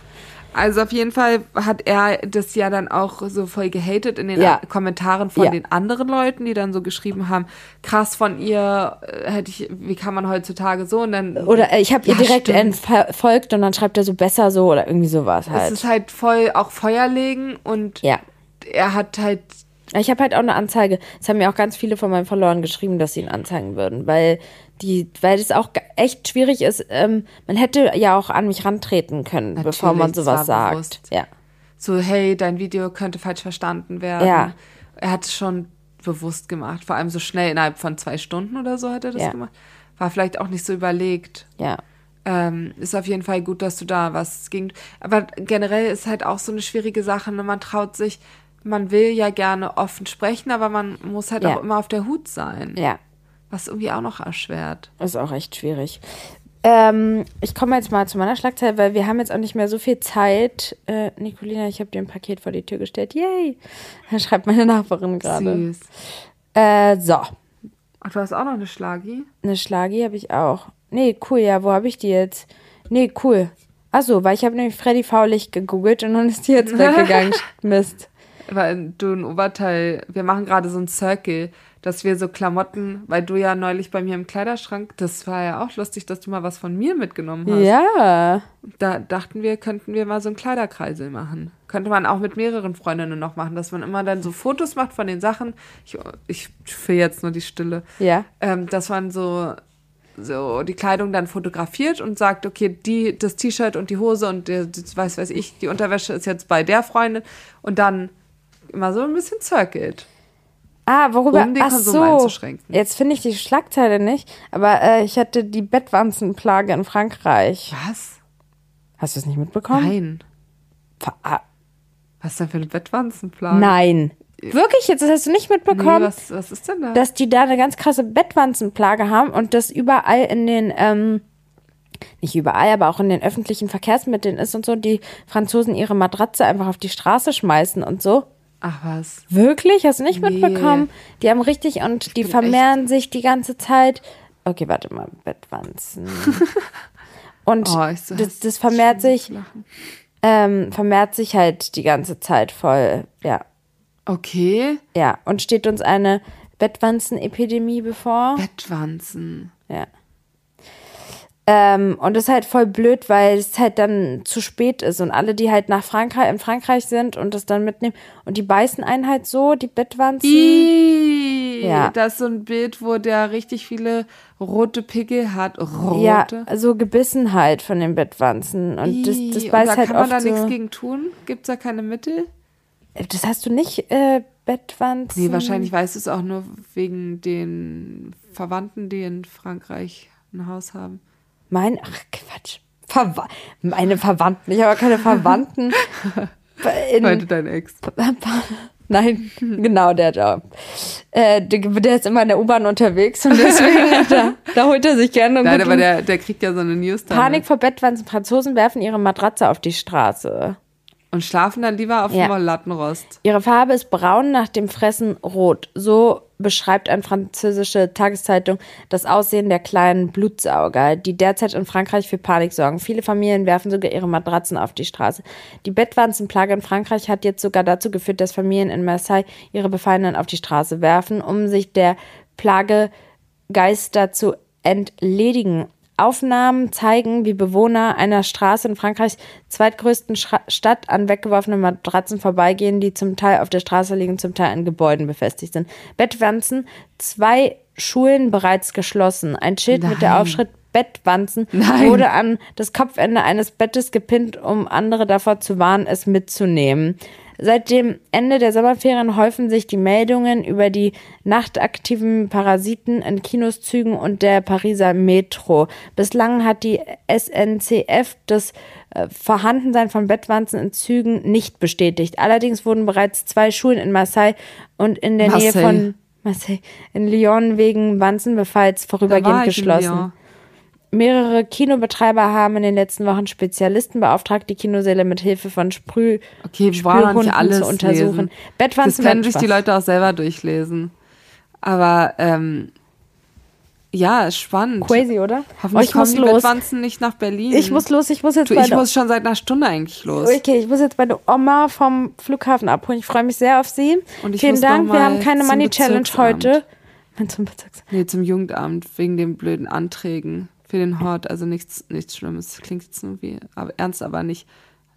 Also auf jeden Fall hat er das ja dann auch so voll gehatet in den
Ja.
A- Kommentaren von
Ja.
den anderen Leuten, die dann so geschrieben haben, krass von ihr, äh, hätte ich, wie kann man heutzutage so und dann
Oder äh, ich habe ihr
Ja,
direkt
stimmt.
entfolgt und dann schreibt er so besser so oder irgendwie sowas
es
halt.
ist halt voll auch Feuer legen und
Ja.
er hat halt
Ich habe halt auch eine Anzeige. Es haben mir auch ganz viele von meinen Followern geschrieben, dass sie ihn anzeigen würden, weil die, weil das auch ge- echt schwierig ist. Ähm, man hätte ja auch an mich rantreten können, bevor man
Natürlich, das
sowas
war
sagt.
bewusst.
Ja.
so, hey, dein Video könnte falsch verstanden werden.
Ja.
Er hat es schon bewusst gemacht, vor allem so schnell innerhalb von zwei Stunden oder so hat er das
Ja.
gemacht. War vielleicht auch nicht so überlegt.
Ja.
Ähm, ist auf jeden Fall gut, dass du da was ging. Aber generell ist halt auch so eine schwierige Sache. Ne? Man traut sich, man will ja gerne offen sprechen, aber man muss halt
Ja.
auch immer auf der Hut sein.
Ja.
Was irgendwie auch noch erschwert.
Ist auch echt schwierig. Ähm, ich komme jetzt mal zu meiner Schlagzeile, weil wir haben jetzt auch nicht mehr so viel Zeit. Äh, Nicolina, ich habe dir ein Paket vor die Tür gestellt. Yay! [laughs] Schreibt meine Nachbarin gerade.
Süß.
Äh, so.
Ach, du hast auch noch eine Schlagi?
Eine Schlagi habe ich auch. Nee, cool, ja, wo habe ich die jetzt? Nee,
[laughs]
cool. Achso, weil ich habe nämlich Freddy Faulig gegoogelt und dann ist die jetzt weggegangen. Mist.
weil äh, du ein Oberteil, wir machen gerade so ein Circle, dass wir so Klamotten, weil du ja neulich bei mir im Kleiderschrank, das war ja auch lustig, dass du mal was von mir mitgenommen hast.
Ja.
Da dachten wir, könnten wir mal so einen Kleiderkreisel machen. Könnte man auch mit mehreren Freundinnen noch machen, dass man immer dann so Fotos macht von den Sachen. Ich, ich fülle jetzt nur die Stille.
Ja.
Ähm, dass man so, so die Kleidung dann fotografiert und sagt, okay, die, das T-Shirt und die Hose und der, das, weiß, weiß ich, die Unterwäsche ist jetzt bei der Freundin und dann immer so ein bisschen circled.
Ah, worüber?
Um den
ach
Konsum
so.
einzuschränken.
Jetzt finde ich die Schlagzeile nicht, aber äh, ich hatte die Bettwanzenplage in Frankreich.
Was?
Hast du es nicht mitbekommen?
Nein.
Vera-
Was denn für eine Bettwanzenplage?
Nein.
Äh,
Wirklich, jetzt das hast du nicht
Nee,
mitbekommen,
was, was ist denn da?
dass die da eine ganz krasse Bettwanzenplage haben und das überall in den, ähm, nicht überall, aber auch in den öffentlichen Verkehrsmitteln ist und so, die Franzosen ihre Matratze einfach auf die Straße schmeißen und so.
Ach was.
Wirklich? Hast du nicht
Nee.
mitbekommen? Die haben richtig und die
bin
vermehren sich die ganze Zeit. Okay, warte mal,
[laughs]
Bettwanzen. und
Oh, ich so-
das, das vermehrt sich, ähm, vermehrt sich halt die ganze Zeit voll. Ja,
Okay.
ja. Und steht uns eine Bettwanzenepidemie bevor?
Bettwanzen.
Ja. Ähm, und das ist halt voll blöd, weil es halt dann zu spät ist und alle, die halt nach Frankreich, in Frankreich sind und das dann mitnehmen und die beißen einen halt so, die Bettwanzen.
Ihhh,
Ja.
Das ist so ein Bild, wo der richtig viele rote Pickel hat.
Ja,
Rote.
so gebissen halt von den Bettwanzen. Und das,
Ihhh,
das
und da
beißt halt
kann man
oft
da nichts
so.
gegen tun? Gibt es da keine Mittel?
Das hast du nicht, äh, Bettwanzen?
Nee, wahrscheinlich weißt du es auch nur wegen den Verwandten, die in Frankreich ein Haus haben.
Mein, ach Quatsch. Verwa meine Verwandten. Ich habe keine
[laughs]
Verwandten.
Meinte
in,
dein Ex.
[laughs] nein, genau der Job. Äh, der, der ist immer in der U-Bahn unterwegs und
[laughs]
deswegen, da, da holt er sich gerne einen
Nein,
guten-
aber der, der kriegt ja so eine News ne? damit.
Panik vor Bettwanzen. Franzosen werfen ihre Matratze auf die Straße.
Und schlafen dann lieber auf
Ja.
dem Lattenrost.
Ihre Farbe ist braun, nach dem Fressen rot. So beschreibt eine französische Tageszeitung das Aussehen der kleinen Blutsauger, die derzeit in Frankreich für Panik sorgen. Viele Familien werfen sogar ihre Matratzen auf die Straße. Die Bettwanzenplage in Frankreich hat jetzt sogar dazu geführt, dass Familien in Marseille ihre Befallenen auf die Straße werfen, um sich der Plage Geister zu entledigen. Aufnahmen zeigen, wie Bewohner einer Straße in Frankreichs zweitgrößten Schra Stadt an weggeworfenen Matratzen vorbeigehen, die zum Teil auf der Straße liegen, zum Teil an Gebäuden befestigt sind. Bettwanzen, zwei Schulen bereits geschlossen. Ein Schild mit der Aufschrift Bettwanzen wurde an das Kopfende eines Bettes gepinnt, um andere davor zu warnen, es mitzunehmen. Seit dem Ende der Sommerferien häufen sich die Meldungen über die nachtaktiven Parasiten in Kinos, Zügen und der Pariser Metro. Bislang hat die SNCF das äh, Vorhandensein von Bettwanzen in Zügen nicht bestätigt. Allerdings wurden bereits zwei Schulen in Marseille und in der Nähe
Marseille.
von Marseille in Lyon wegen Wanzenbefalls
Da
vorübergehend
war ich in
geschlossen.
Lyon.
Mehrere Kinobetreiber haben in den letzten Wochen Spezialisten beauftragt, die Kinosäle mit Hilfe von Sprüh
Okay, wir brauchen doch nicht alles
zu untersuchen.
lesen. Das
Bettwanzen
können
werden
sich die
Spaß.
Leute auch selber durchlesen. Aber ähm, ja, ist spannend.
crazy, oder? Oh,
Hoffentlich
ich
kommen
muss
die
los.
Bettwanzen nicht nach Berlin.
Ich muss los, ich muss jetzt
du,
bei
ich
der-
muss schon seit einer Stunde eigentlich los.
Okay, ich muss jetzt meine Oma vom Flughafen abholen. Ich freue mich sehr auf sie.
Und ich
Vielen
muss
Dank,
noch
wir
mal
haben keine
zum
Money Challenge
Bezirksamt.
heute. Nein, zum Bezirks.
Nee, zum Jugendamt wegen den blöden Anträgen für den Hort. Also nichts, nichts Schlimmes. Klingt jetzt nur wie aber, ernst, aber nicht.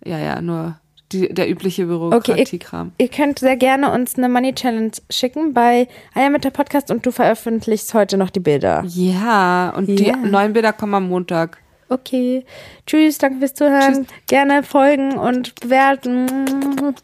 Ja, ja, nur die, der übliche
Okay, ihr,
Bürokratiekram.
ihr könnt sehr gerne uns eine Money Challenge schicken bei Eier mit der Podcast und du veröffentlichst heute noch die Bilder.
ja, und
Ja.
die neuen Bilder kommen am Montag.
Okay. Tschüss, danke fürs Zuhören. Gerne folgen und bewerten.